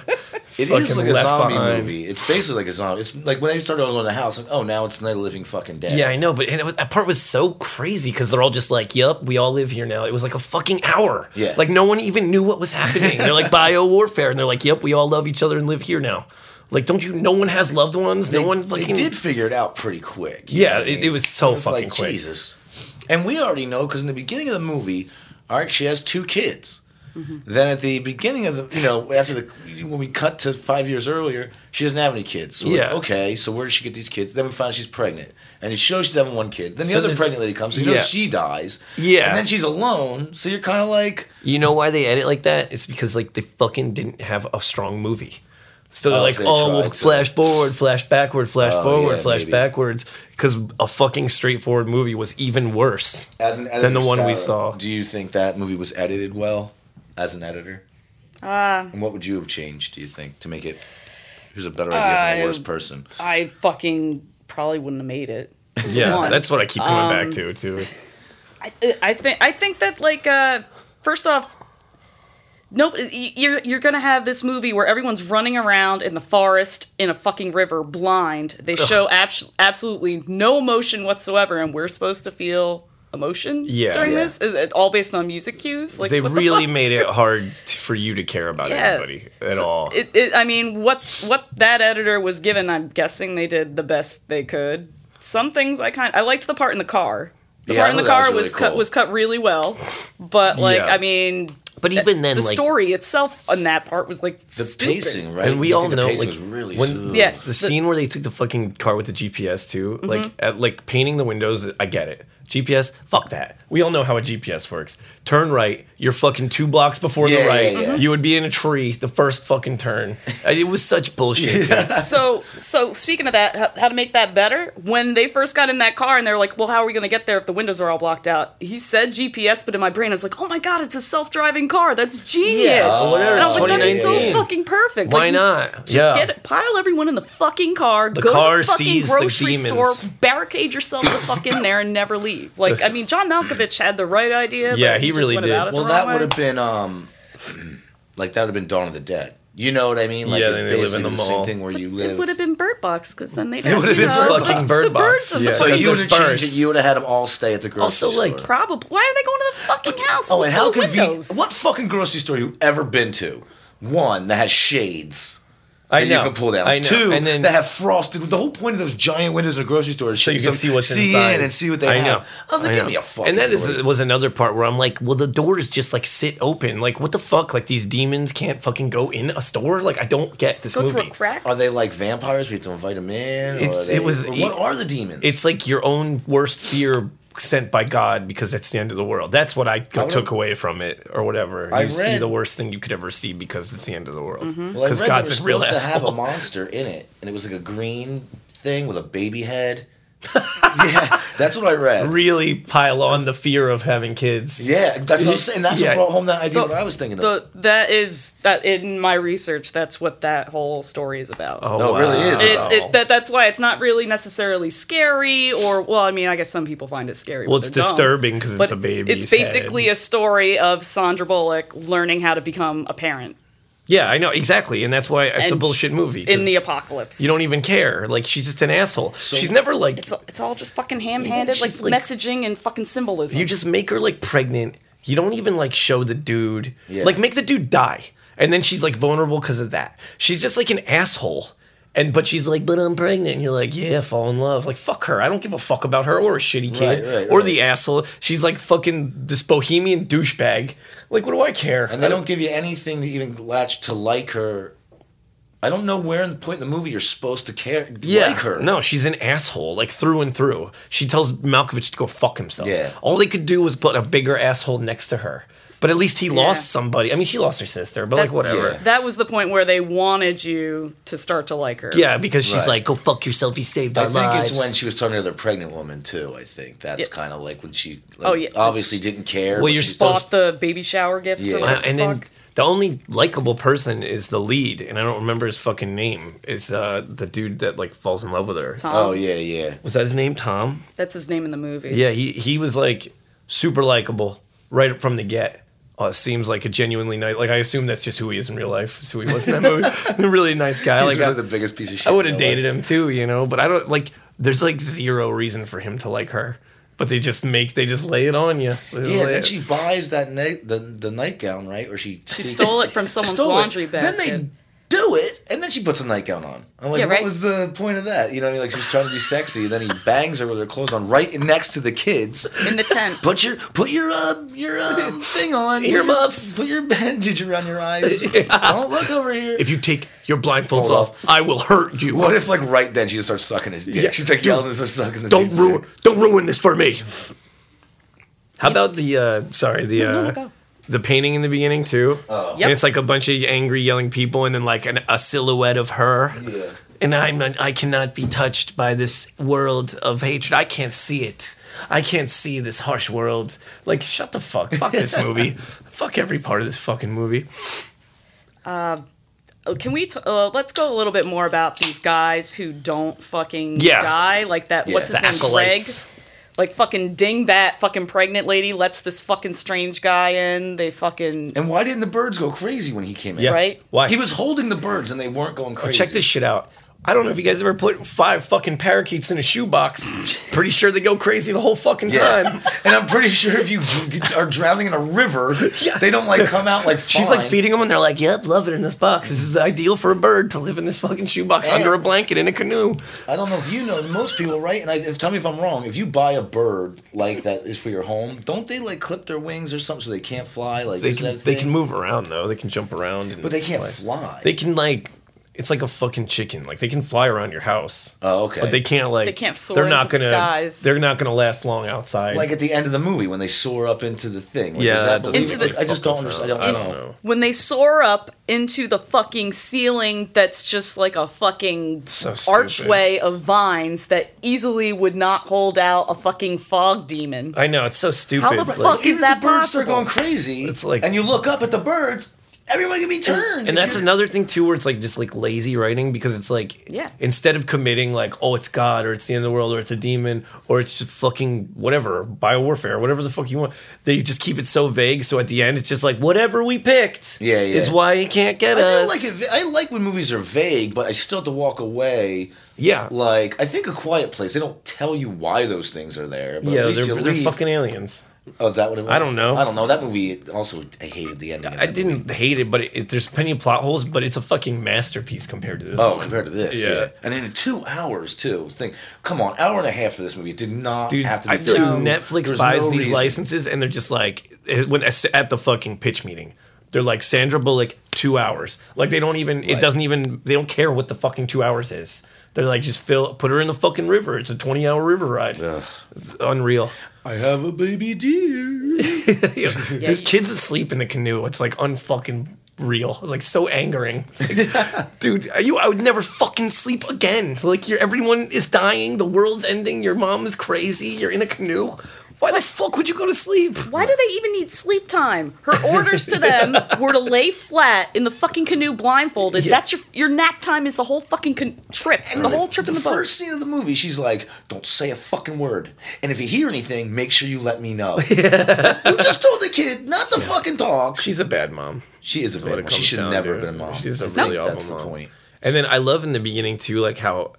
Speaker 3: It is
Speaker 2: fucking
Speaker 3: like a
Speaker 2: Left
Speaker 3: zombie
Speaker 2: Behind.
Speaker 3: movie. It's basically like a zombie. It's like when I started going to the house, and oh, now it's Night of the Living Fucking Dead.
Speaker 2: yeah, I know. But and it was, that part was so crazy because they're all just like, "Yup, we all live here now." It was like a fucking hour.
Speaker 3: Yeah.
Speaker 2: like no one even knew what was happening. they're like bio warfare, and they're like, "Yup, we all love each other and live here now." Like, don't you? No one has loved ones.
Speaker 3: they,
Speaker 2: no one
Speaker 3: they
Speaker 2: fucking
Speaker 3: did figure it out pretty quick. you
Speaker 2: Yeah,
Speaker 3: know what I
Speaker 2: it-
Speaker 3: mean?
Speaker 2: it was so
Speaker 3: It's
Speaker 2: fucking quick.
Speaker 3: Jesus. And we already know because in the beginning of the movie, all right, she has two kids. Then at the beginning of the, you know, after the when we cut to five years earlier, she doesn't have any kids. So yeah.
Speaker 2: Yeah.
Speaker 3: Okay, so where did she get these kids? Then we find out she's pregnant, and it shows she's having one kid. Then the
Speaker 2: So
Speaker 3: other
Speaker 2: there's-
Speaker 3: pregnant lady comes. So you know
Speaker 2: Yeah.
Speaker 3: she dies.
Speaker 2: Yeah.
Speaker 3: And then she's alone. So you're kind of like,
Speaker 2: You know why they edit like that? It's because like they fucking didn't have a strong movie. So they're
Speaker 3: Oh,
Speaker 2: like,
Speaker 3: so they
Speaker 2: oh, we'll
Speaker 3: tried to-
Speaker 2: flash forward, flash backward, flash
Speaker 3: Oh,
Speaker 2: forward,
Speaker 3: yeah,
Speaker 2: flash
Speaker 3: maybe.
Speaker 2: backwards, because a fucking straightforward movie was even worse.
Speaker 3: as an editor,
Speaker 2: Than the one we
Speaker 3: Sarah,
Speaker 2: saw.
Speaker 3: Do you think that movie was edited well, as an editor?
Speaker 4: Uh,
Speaker 3: And what would you have changed, do you think, to make it? Here's a better idea from a
Speaker 4: Uh,
Speaker 3: worse person.
Speaker 4: I fucking probably wouldn't have made it.
Speaker 2: Yeah,
Speaker 4: One.
Speaker 2: that's what I keep coming
Speaker 4: Um,
Speaker 2: back to too.
Speaker 4: I, I think I think that like uh, first off, no, you're you're gonna have this movie where everyone's running around in the forest in a fucking river, blind. They show abs- absolutely no emotion whatsoever, and we're supposed to feel emotion
Speaker 2: Yeah.
Speaker 4: during
Speaker 2: Yeah.
Speaker 4: this? Is it all based on music cues? Like
Speaker 2: they
Speaker 4: what the
Speaker 2: really
Speaker 4: fuck?
Speaker 2: made it hard t- for you to care about anybody at
Speaker 4: So
Speaker 2: all.
Speaker 4: It, it, I mean, what what that editor was given, I'm guessing they did the best they could. Some things I kind I liked the part in the car. The
Speaker 3: Yeah, I
Speaker 4: part in the
Speaker 3: thought that
Speaker 4: car was,
Speaker 3: was really
Speaker 4: cut
Speaker 3: cool.
Speaker 4: was cut really well, but like
Speaker 2: Yeah.
Speaker 4: I mean, eh,
Speaker 2: but even then,
Speaker 4: the
Speaker 2: like
Speaker 4: story itself on that part was like
Speaker 3: The
Speaker 4: stupid.
Speaker 3: pacing, right?
Speaker 2: And we
Speaker 3: You
Speaker 2: all
Speaker 3: think
Speaker 2: know,
Speaker 3: the pacing
Speaker 2: like,
Speaker 3: was really
Speaker 2: when-
Speaker 3: smooth.
Speaker 4: Yes. Mm-hmm.
Speaker 2: the scene where they took the fucking car with the GPS too, like at, like painting the windows. I get it. GPS, fuck that. We all know how a GPS works. Turn right. You're fucking two blocks before
Speaker 3: Yeah,
Speaker 2: the
Speaker 3: yeah,
Speaker 2: right.
Speaker 3: yeah.
Speaker 2: You would be in a tree the first fucking turn. And it was such bullshit. dude.
Speaker 4: So, so speaking of that, how, how to make that better? When they first got in that car and they're like, "Well, how are we going to get there if the windows are all blocked out?" He said GPS, but in my brain, I was like, "Oh my god, it's a self-driving car! That's genius!"
Speaker 2: Oh, whatever,
Speaker 4: And I was like, "That is so
Speaker 2: 2019.
Speaker 4: fucking perfect!
Speaker 2: Why
Speaker 4: Like,
Speaker 2: not?
Speaker 4: Just
Speaker 2: Yeah.
Speaker 4: get it, pile everyone in the fucking car. The go
Speaker 2: car
Speaker 4: to the fucking
Speaker 2: sees the
Speaker 4: grocery store,
Speaker 2: demons.
Speaker 4: barricade yourself the fuck in there, and never leave." Like, I mean, John Malkovich had the right idea.
Speaker 2: Yeah,
Speaker 4: but
Speaker 2: he
Speaker 4: just
Speaker 2: really
Speaker 4: went
Speaker 2: did.
Speaker 4: about it the
Speaker 3: Well,
Speaker 4: wrong
Speaker 3: that would
Speaker 4: way.
Speaker 3: have been um, like that would have been Dawn of the Dead. You know what I mean? Like
Speaker 2: Yeah,
Speaker 3: it
Speaker 2: then they live in
Speaker 3: basically
Speaker 2: the
Speaker 3: was
Speaker 2: mall.
Speaker 3: same thing where you
Speaker 4: It
Speaker 3: live.
Speaker 4: would have been Bird Box because then they'd
Speaker 3: It
Speaker 4: have,
Speaker 3: would've
Speaker 4: you
Speaker 3: been
Speaker 4: know,
Speaker 3: Bird Box.
Speaker 2: Bird
Speaker 4: the birds
Speaker 2: Box.
Speaker 4: in
Speaker 2: Yeah.
Speaker 4: the
Speaker 3: so
Speaker 2: because
Speaker 3: you would have
Speaker 2: there's
Speaker 3: changed it.
Speaker 2: birds.
Speaker 3: You would have had them all stay at the grocery
Speaker 2: Also,
Speaker 3: store.
Speaker 2: like,
Speaker 4: Probably. Why are they going to the fucking house?
Speaker 3: oh, and
Speaker 4: with
Speaker 3: how
Speaker 4: no
Speaker 3: convenient!
Speaker 4: windows?
Speaker 3: What fucking grocery store you ever been to? One that has shades.
Speaker 2: I
Speaker 3: that
Speaker 2: know.
Speaker 3: you can pull down.
Speaker 2: I know.
Speaker 3: Two
Speaker 2: and then
Speaker 3: that have frosted. The whole point of those giant windows in a grocery store is
Speaker 2: so you can
Speaker 3: some-
Speaker 2: see what's
Speaker 3: see
Speaker 2: inside
Speaker 3: in and see what they
Speaker 2: I
Speaker 3: have.
Speaker 2: Know.
Speaker 3: I was like, give
Speaker 2: know.
Speaker 3: me a fucking.
Speaker 2: And that is
Speaker 3: break.
Speaker 2: was another part where I'm like, well, the doors just like sit open. Like, what the fuck? Like these demons can't fucking go in a store. Like, I don't get this
Speaker 4: Go through
Speaker 2: movie.
Speaker 4: a crack?
Speaker 3: Are they like vampires? We have to invite them in. or
Speaker 2: It's-
Speaker 3: are they-
Speaker 2: it was- e-
Speaker 3: or what are the demons?
Speaker 2: It's like your own worst fear sent by God because that's the end of the world. That's what I
Speaker 3: I would-
Speaker 2: took away from it, or whatever. You
Speaker 3: I
Speaker 2: see
Speaker 3: read- Mm-hmm.
Speaker 2: the worst thing you could ever see because it's the end of the world. Because
Speaker 3: Well, I read they were
Speaker 2: God's a real
Speaker 3: supposed to have a
Speaker 2: asshole.
Speaker 3: monster in it, and it was like a green thing with a baby head. yeah, that's what I read.
Speaker 2: Really pile on the fear of having kids.
Speaker 3: Yeah, that's what I'm saying. That's
Speaker 2: Yeah.
Speaker 3: what brought home that idea.
Speaker 4: The-
Speaker 3: what I was thinking of.
Speaker 4: The, that is that in my research. That's what that whole story is about.
Speaker 2: Oh,
Speaker 3: No, it really
Speaker 2: wow.
Speaker 3: is.
Speaker 4: It's, it, that, that's why it's not really necessarily scary, or well, I mean, I guess some people find it scary.
Speaker 2: Well,
Speaker 4: when
Speaker 2: it's
Speaker 4: they're dumb.
Speaker 2: disturbing 'cause it's
Speaker 4: But
Speaker 2: a baby's
Speaker 4: It's basically
Speaker 2: head.
Speaker 4: a story of Sandra Bullock learning how to become a parent
Speaker 2: yeah, I know exactly, and that's why it's a
Speaker 4: And
Speaker 2: bullshit movie. 'cause
Speaker 4: in the
Speaker 2: it's-
Speaker 4: apocalypse.
Speaker 2: You don't e- even care. Like she's just an asshole. she's never like
Speaker 4: It's it's all just fucking ham-handed,
Speaker 2: She's
Speaker 4: like,
Speaker 2: like-
Speaker 4: messaging and fucking symbolism.
Speaker 2: you just make her like pregnant. You don't even like show the dude.
Speaker 3: Yeah.
Speaker 2: Like make the dude die. And then she's like vulnerable because of that. She's just like an asshole. And but she's like, but I'm pregnant. And you're like, yeah, fall in love. Like fuck her. I don't give a fuck about her or a shitty kid
Speaker 3: Right, right,
Speaker 2: or
Speaker 3: right.
Speaker 2: the asshole. She's like fucking this bohemian douchebag. Like what do I care?
Speaker 3: and they don't give you anything to even latch to like her. I don't know where in the point in the movie you're supposed to care like her.
Speaker 2: No, she's an asshole, like through and through. She tells Malkovich to go fuck himself.
Speaker 3: Yeah.
Speaker 2: All they could do was put a bigger asshole next to her. But at least he lost somebody. I mean, she lost her sister, but like
Speaker 4: That-
Speaker 2: whatever.
Speaker 3: Yeah.
Speaker 4: that was the point where they wanted you to start to like her.
Speaker 2: Yeah, because she's
Speaker 3: Right.
Speaker 2: like, "Go fuck yourself." He saved
Speaker 3: I
Speaker 2: our
Speaker 3: think
Speaker 2: lives.
Speaker 3: it's when she was talking to the pregnant woman too. I think that's
Speaker 4: Yeah.
Speaker 3: kind of like when she like,
Speaker 4: Oh, yeah.
Speaker 3: obviously didn't care.
Speaker 2: Well,
Speaker 3: but
Speaker 2: you're
Speaker 3: she's-
Speaker 4: bought the baby shower gift.
Speaker 3: Yeah.
Speaker 4: or
Speaker 2: Uh,
Speaker 4: whatever
Speaker 2: and
Speaker 4: the
Speaker 2: then
Speaker 4: fuck.
Speaker 2: the only likable person is the lead, and I don't remember his fucking name. Is uh, the dude that like falls in love with her?
Speaker 4: Tom,
Speaker 3: oh yeah, yeah.
Speaker 2: Was that his name, Tom?
Speaker 4: that's his name in the movie.
Speaker 2: Yeah, he he was like super likable right from the get. Uh, seems like a genuinely nice. Like I assume that's just who he is in real life. Is who he was in that movie. really nice guy.
Speaker 3: He's
Speaker 2: like
Speaker 3: really
Speaker 2: I-
Speaker 3: the biggest piece of shit.
Speaker 2: I would have
Speaker 3: in my life.
Speaker 2: dated him too, you know, but I don't like. There's like zero reason for him to like her, but they just make they just lay it on you. They
Speaker 3: Yeah,
Speaker 2: lay
Speaker 3: then
Speaker 2: it-
Speaker 3: she buys that night the the nightgown, right? Or she
Speaker 4: She stole it from someone's laundry basket.
Speaker 3: Then they do it, and then she puts a nightgown on. I'm like,
Speaker 4: Yeah,
Speaker 3: what
Speaker 4: right.
Speaker 3: was the point of that? You know what I mean? Like she's trying to be sexy, and then he bangs her with her clothes on, right next to the kids.
Speaker 4: in the tent.
Speaker 3: Put your put your uh, your um, thing on
Speaker 2: Earmuffs.
Speaker 3: Put your bandage around your eyes. Don't look over here.
Speaker 2: If you take your blindfolds
Speaker 3: Hold
Speaker 2: off, I will hurt you.
Speaker 3: what if like right then she just starts sucking his dick?
Speaker 2: Yeah,
Speaker 3: She's like
Speaker 2: dude,
Speaker 3: yells and starts sucking his
Speaker 2: don't
Speaker 3: dude's
Speaker 2: ruin
Speaker 3: dick.
Speaker 2: don't ruin this for me. How about the uh sorry, the
Speaker 4: No, no,
Speaker 2: uh
Speaker 4: go.
Speaker 2: the painting in the beginning too?
Speaker 3: Oh.
Speaker 4: Yep.
Speaker 2: And it's like a bunch of angry yelling people and then like an, a silhouette of her.
Speaker 3: Yeah.
Speaker 2: And I'm not, I cannot be touched by this world of hatred. I can't see it. I can't see this harsh world. Like shut the fuck. Fuck this movie. fuck every part of this fucking movie.
Speaker 4: Oh, Can we? T- uh, let's go a little bit more about these guys who don't fucking
Speaker 2: Yeah.
Speaker 4: die. Like that.
Speaker 3: Yeah.
Speaker 4: What's his
Speaker 2: The
Speaker 4: name? Greg.
Speaker 2: acolytes.
Speaker 4: Like fucking dingbat, fucking pregnant lady lets this fucking strange guy in. They fucking
Speaker 3: And why didn't the birds go crazy when he came in?
Speaker 2: Yeah.
Speaker 4: Right?
Speaker 2: Why?
Speaker 3: He was holding the birds, and they weren't going crazy.
Speaker 2: Check this shit out. I don't know if you guys ever put five fucking parakeets in a shoebox. Pretty sure they go crazy the whole fucking
Speaker 3: Yeah.
Speaker 2: time.
Speaker 3: and I'm pretty sure if you dr- are drowning in a river, they don't like come out like.
Speaker 2: She's like
Speaker 3: fine.
Speaker 2: feeding them, and they're like, "Yep, love it in this box. This is ideal for a bird to live in this fucking shoebox
Speaker 3: Yeah.
Speaker 2: under a blanket in a canoe."
Speaker 3: I don't know if you know most people, right? And I, if, tell me if I'm wrong. If you buy a bird like that is for your home, don't they like clip their wings or something so they can't fly? Like
Speaker 2: They
Speaker 3: is that a
Speaker 2: can they
Speaker 3: thing?
Speaker 2: can move around though. They can jump around, and
Speaker 3: but they can't
Speaker 2: fly.
Speaker 3: fly.
Speaker 2: They can like it's like a fucking chicken. Like they can fly around your house.
Speaker 3: oh, okay.
Speaker 2: But they can't like
Speaker 4: They can't soar
Speaker 2: they're not
Speaker 4: into the
Speaker 2: gonna
Speaker 4: skies.
Speaker 2: they're not gonna last long outside.
Speaker 3: like at the end of the movie when they soar up into the thing. Like,
Speaker 2: yeah,
Speaker 3: is
Speaker 2: that
Speaker 3: that
Speaker 2: doesn't
Speaker 4: Into
Speaker 2: make
Speaker 3: believable?
Speaker 2: any
Speaker 3: I just
Speaker 2: fucking
Speaker 3: don't understand. I
Speaker 2: sound.
Speaker 3: don't, know.
Speaker 4: when they soar up into the fucking ceiling that's just like a fucking
Speaker 2: So stupid.
Speaker 4: archway of vines that easily would not hold out a fucking fog demon.
Speaker 2: I know it's so stupid.
Speaker 4: How the
Speaker 2: like-
Speaker 4: fuck is
Speaker 3: Even
Speaker 4: that
Speaker 3: if the birds start
Speaker 4: possible?
Speaker 3: going crazy,
Speaker 2: It's like-
Speaker 3: and you look up at the birds, everyone can be turned.
Speaker 2: and
Speaker 3: if
Speaker 2: that's
Speaker 3: you're-
Speaker 2: another thing too, where it's like just like lazy writing because it's like
Speaker 4: Yeah.
Speaker 2: instead of committing like oh it's God or it's the end of the world or it's a demon or it's just fucking whatever biowarfare whatever the fuck you want they just keep it so vague so at the end it's just like whatever we picked
Speaker 3: Yeah, yeah.
Speaker 2: is why you can't get
Speaker 3: I
Speaker 2: us
Speaker 3: do like it. I like when movies are vague, but I still have to walk away.
Speaker 2: yeah
Speaker 3: Like I think a quiet place. They don't tell you why those things are there, but
Speaker 2: yeah
Speaker 3: at least
Speaker 2: they're,
Speaker 3: you
Speaker 2: they're
Speaker 3: leave.
Speaker 2: fucking aliens
Speaker 3: oh, is that what it was?
Speaker 2: I don't know.
Speaker 3: I don't know. That movie also I hated the ending. of
Speaker 2: I
Speaker 3: that
Speaker 2: didn't hate it but it, it- there's plenty of plot holes but it's a fucking masterpiece compared to this
Speaker 3: Oh,
Speaker 2: one.
Speaker 3: compared to this,
Speaker 2: Yeah.
Speaker 3: yeah. And in two hours too. Think, come on, hour and a half for this movie it did not
Speaker 2: Dude,
Speaker 3: have to. be
Speaker 2: I feel
Speaker 3: two.
Speaker 2: like Netflix
Speaker 3: There's
Speaker 2: buys
Speaker 3: no
Speaker 2: these
Speaker 3: reason.
Speaker 2: licenses and they're just like it- when at the fucking pitch meeting. They're like Sandra Bullock, two hours. Like they don't even. It
Speaker 3: Right.
Speaker 2: doesn't even. They don't care what the fucking two hours is. They're like just fill. Put her in the fucking river. It's a twenty-hour river ride. It's unreal.
Speaker 3: I have a baby deer.
Speaker 2: You know, this kid's asleep in the canoe. It's like unfucking real. Like so angering. It's like, dude, are you? I would never fucking sleep again. Like you're. Everyone is dying. The world's ending. Your mom is crazy. You're in a canoe. Why the fuck would you go to sleep?
Speaker 4: Why do they even need sleep time? Her orders to them were to lay flat in the fucking canoe blindfolded. That's your your nap time is the whole fucking con- trip, the whole trip in the boat.
Speaker 3: first scene of the movie, she's like, "Don't say a fucking word, and if you hear anything, make sure you let me know." you just told the kid not to fucking talk.
Speaker 2: She's a bad mom.
Speaker 3: She is a
Speaker 2: what it
Speaker 3: bad mom.
Speaker 2: comes
Speaker 3: She should
Speaker 2: down
Speaker 3: never
Speaker 2: to.
Speaker 3: have been a mom.
Speaker 2: She's a
Speaker 3: I think
Speaker 2: really awful
Speaker 3: That's
Speaker 2: mom.
Speaker 3: the point.
Speaker 2: And then I love in the beginning too, like how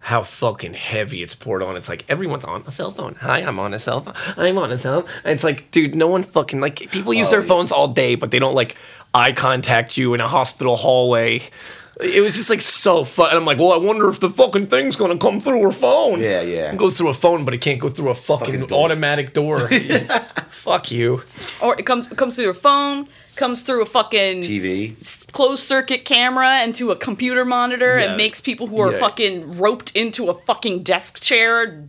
Speaker 2: how fucking heavy it's poured on. It's like everyone's on a cell phone. Hi, I'm on a cell phone. I'm on a cell. And it's like, dude, no one fucking like people use
Speaker 3: Oh,
Speaker 2: their
Speaker 3: yeah.
Speaker 2: phones all day, but they don't like eye contact you in a hospital hallway. It was just like so fun. And I'm like, well, I wonder if the fucking thing's gonna come through her phone.
Speaker 3: Yeah, yeah.
Speaker 2: It goes through a phone, but it can't go through a fucking,
Speaker 3: Fucking door.
Speaker 2: automatic door. Fuck you.
Speaker 4: Or it comes comes through your phone, comes through a fucking
Speaker 3: TV.
Speaker 4: s- closed circuit camera into a computer monitor
Speaker 2: Yeah.
Speaker 4: and makes people who are
Speaker 2: Yeah.
Speaker 4: fucking roped into a fucking desk chair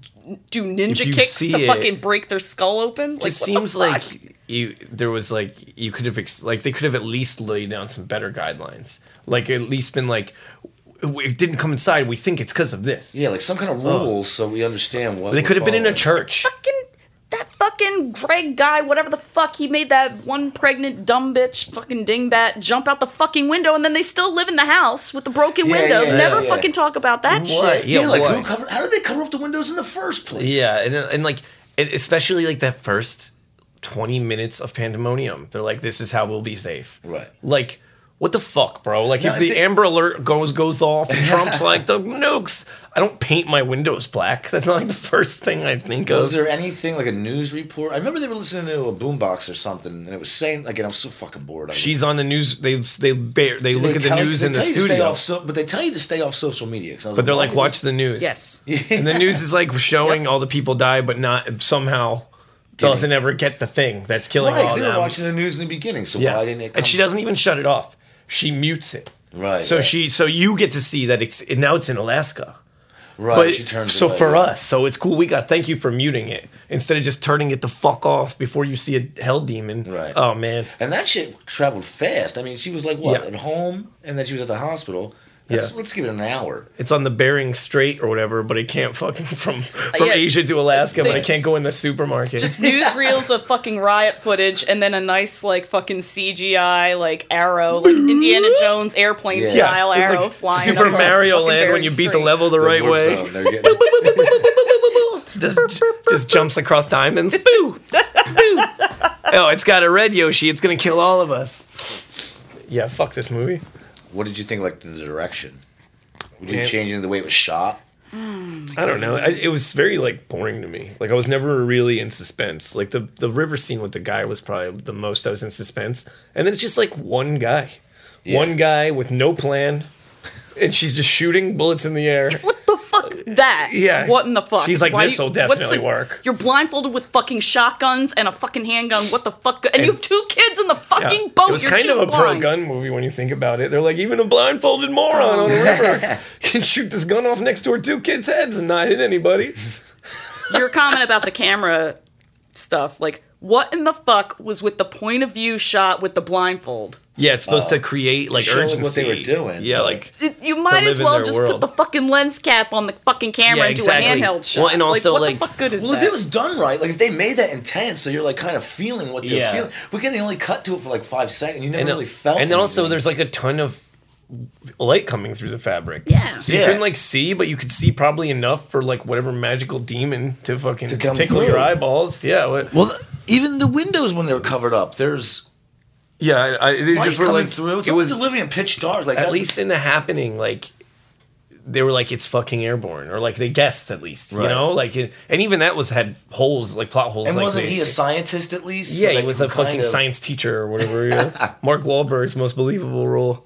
Speaker 4: do ninja
Speaker 2: If you
Speaker 4: kicks to
Speaker 2: see it,
Speaker 4: fucking break their skull open. Like,
Speaker 2: it
Speaker 4: what the
Speaker 2: seems
Speaker 4: fuck?
Speaker 2: like you there was like you could have ex- like they could have at least laid down some better guidelines like at least been like "W- it didn't come inside we think it's because of this
Speaker 3: Yeah, like some kind of rules so we understand what
Speaker 2: Oh. they
Speaker 3: we're
Speaker 2: could have been in a
Speaker 3: following.
Speaker 2: church
Speaker 4: fucking that fucking Greg guy, whatever the fuck, he made that one pregnant dumb bitch fucking dingbat jump out the fucking window, and then they still live in the house with the broken
Speaker 3: Yeah,
Speaker 4: window.
Speaker 3: yeah,
Speaker 4: Never
Speaker 3: yeah.
Speaker 4: fucking talk about that
Speaker 2: What?
Speaker 4: shit.
Speaker 3: Yeah,
Speaker 2: Yeah,
Speaker 3: like
Speaker 2: why?
Speaker 3: who cover? How did they cover up the windows in the first place?
Speaker 2: yeah and, then- and like and especially like that first 20 minutes of pandemonium they're like this is how we'll be safe
Speaker 3: Right.
Speaker 2: like what the fuck bro like
Speaker 3: No,
Speaker 2: if
Speaker 3: I
Speaker 2: the
Speaker 3: think-
Speaker 2: amber alert goes goes off and trump's like the nukes i don't paint my windows black that's not like the first thing i think of
Speaker 3: Was there anything like a news report? I remember they were listening to a boombox or something, and it was saying, "Again, I'm so fucking bored." I
Speaker 2: She's on the news. They they bear, they look at the
Speaker 3: tell you-
Speaker 2: news
Speaker 3: they
Speaker 2: in the
Speaker 3: tell you to stay
Speaker 2: studio,
Speaker 3: off so- but they tell you to stay off social media. 'cause I was
Speaker 2: but they're like,
Speaker 3: why
Speaker 2: watch
Speaker 3: is
Speaker 2: the news.
Speaker 4: Yes.
Speaker 2: and the news is like showing all the people die, but not somehow doesn't ever get the thing that's
Speaker 3: this-
Speaker 2: killing
Speaker 3: Right, 'cause
Speaker 2: all
Speaker 3: they were
Speaker 2: them.
Speaker 3: watching the news in the beginning, so
Speaker 2: Oh, yeah,
Speaker 3: why didn't it? Come
Speaker 2: and she doesn't e- even shut it off. She mutes it.
Speaker 3: Right,
Speaker 2: So
Speaker 3: right.
Speaker 2: she so you get to see that it's now it's in Alaska.
Speaker 3: Right,
Speaker 2: But
Speaker 3: she turns.
Speaker 2: so
Speaker 3: away.
Speaker 2: for us, so it's cool. We got thank you for muting it instead of just turning it the fuck off before you see a hell demon.
Speaker 3: Right.
Speaker 2: Oh man.
Speaker 3: and that shit traveled fast. I mean, she was like what
Speaker 2: Yeah.
Speaker 3: at home, and then she was at the hospital. That's,
Speaker 2: Yeah.
Speaker 3: Let's give it an hour.
Speaker 2: it's on the Bering Strait or whatever, but it can't fucking from from
Speaker 4: yeah.
Speaker 2: Asia to Alaska, but
Speaker 4: They-
Speaker 2: it can't go in the supermarket.
Speaker 4: Just newsreels of fucking riot footage, and then a nice like fucking CGI like arrow, like Indiana Jones airplane
Speaker 3: Yeah.
Speaker 4: style
Speaker 2: it's
Speaker 4: arrow
Speaker 2: like
Speaker 4: flying.
Speaker 2: Super
Speaker 4: across the
Speaker 2: Mario
Speaker 4: fucking
Speaker 2: Land when
Speaker 4: Bering
Speaker 2: you beat the
Speaker 4: Strait.
Speaker 2: level the, right
Speaker 3: warp
Speaker 2: way.
Speaker 3: zone, they're getting-
Speaker 2: Just just jumps across diamonds. Boo! Boo! Oh, it's got a red Yoshi. It's gonna kill all of us. Yeah, fuck this movie.
Speaker 3: what did you think? Like the direction? Would you
Speaker 2: Yeah.
Speaker 3: change it the way it was shot?
Speaker 2: I don't know. I, it was very like boring to me. Like I was never really in suspense. Like the the river scene with the guy was probably the most I was in suspense. And then it's just like one guy, one guy with no plan, and she's just shooting bullets in the air.
Speaker 4: What the fuck that?
Speaker 2: yeah.
Speaker 4: What in the fuck?
Speaker 2: She's like,
Speaker 4: do
Speaker 2: "This'll
Speaker 4: what's
Speaker 2: definitely work."
Speaker 4: You're blindfolded with fucking shotguns and a fucking handgun. What the fuck? And,
Speaker 2: And-
Speaker 4: you have two kids in the
Speaker 2: Yeah.
Speaker 4: fucking boat.
Speaker 2: It was
Speaker 4: You're
Speaker 2: kind of
Speaker 4: too
Speaker 2: a pro
Speaker 4: blind.
Speaker 2: gun movie when you think about it. They're like, even a blindfolded moron on a river can shoot this gun off next to her two kids' heads and not hit anybody.
Speaker 4: Your comment about the camera stuff, like, what in the fuck was with the point of view shot with the blindfold?
Speaker 2: Yeah, it's supposed to create like
Speaker 3: showing
Speaker 2: urgency.
Speaker 3: what they were doing,
Speaker 2: Yeah,
Speaker 3: but-
Speaker 2: like
Speaker 4: It- you might
Speaker 2: live
Speaker 4: as
Speaker 2: in
Speaker 4: well
Speaker 2: their
Speaker 4: just put
Speaker 2: world.
Speaker 4: the fucking lens cap on the fucking camera
Speaker 2: Yeah,
Speaker 4: and do
Speaker 2: exactly.
Speaker 4: a handheld shot.
Speaker 2: Well, and also,
Speaker 4: what
Speaker 2: like-
Speaker 4: the fuck good is
Speaker 3: Well,
Speaker 4: that?
Speaker 3: if it was done right, like if they made that intense, so you're like kind of feeling what they're
Speaker 2: Yeah.
Speaker 3: feeling. But again, they only cut to it for like five seconds. You never really felt.
Speaker 2: And then also,
Speaker 3: anything.
Speaker 2: there's like a ton of light coming through the fabric.
Speaker 4: Yeah.
Speaker 2: So you
Speaker 3: Yeah.
Speaker 2: couldn't like see, but you could see probably enough for like whatever magical demon to fucking
Speaker 3: To come
Speaker 2: tickle your
Speaker 3: through.
Speaker 2: eyeballs. Yeah. What,
Speaker 3: well, th- even the windows when they were covered up, there's
Speaker 2: yeah. I, I, they
Speaker 3: light
Speaker 2: just were
Speaker 3: coming
Speaker 2: like
Speaker 3: through. It's
Speaker 2: it
Speaker 3: like
Speaker 2: was
Speaker 3: you're living in pitch dark. Like
Speaker 2: at
Speaker 3: that's the-
Speaker 2: least in the happening like. They were like it's fucking airborne, or like they guessed at least, you
Speaker 3: Right.
Speaker 2: know, like it, and even that was had holes, like plot holes.
Speaker 3: and
Speaker 2: like
Speaker 3: wasn't
Speaker 2: they-
Speaker 3: he a scientist at least? So,
Speaker 2: Yeah, he
Speaker 3: like,
Speaker 2: was a
Speaker 3: who kind
Speaker 2: fucking
Speaker 3: of-
Speaker 2: science teacher or whatever. You know? Mark Wahlberg's most believable role.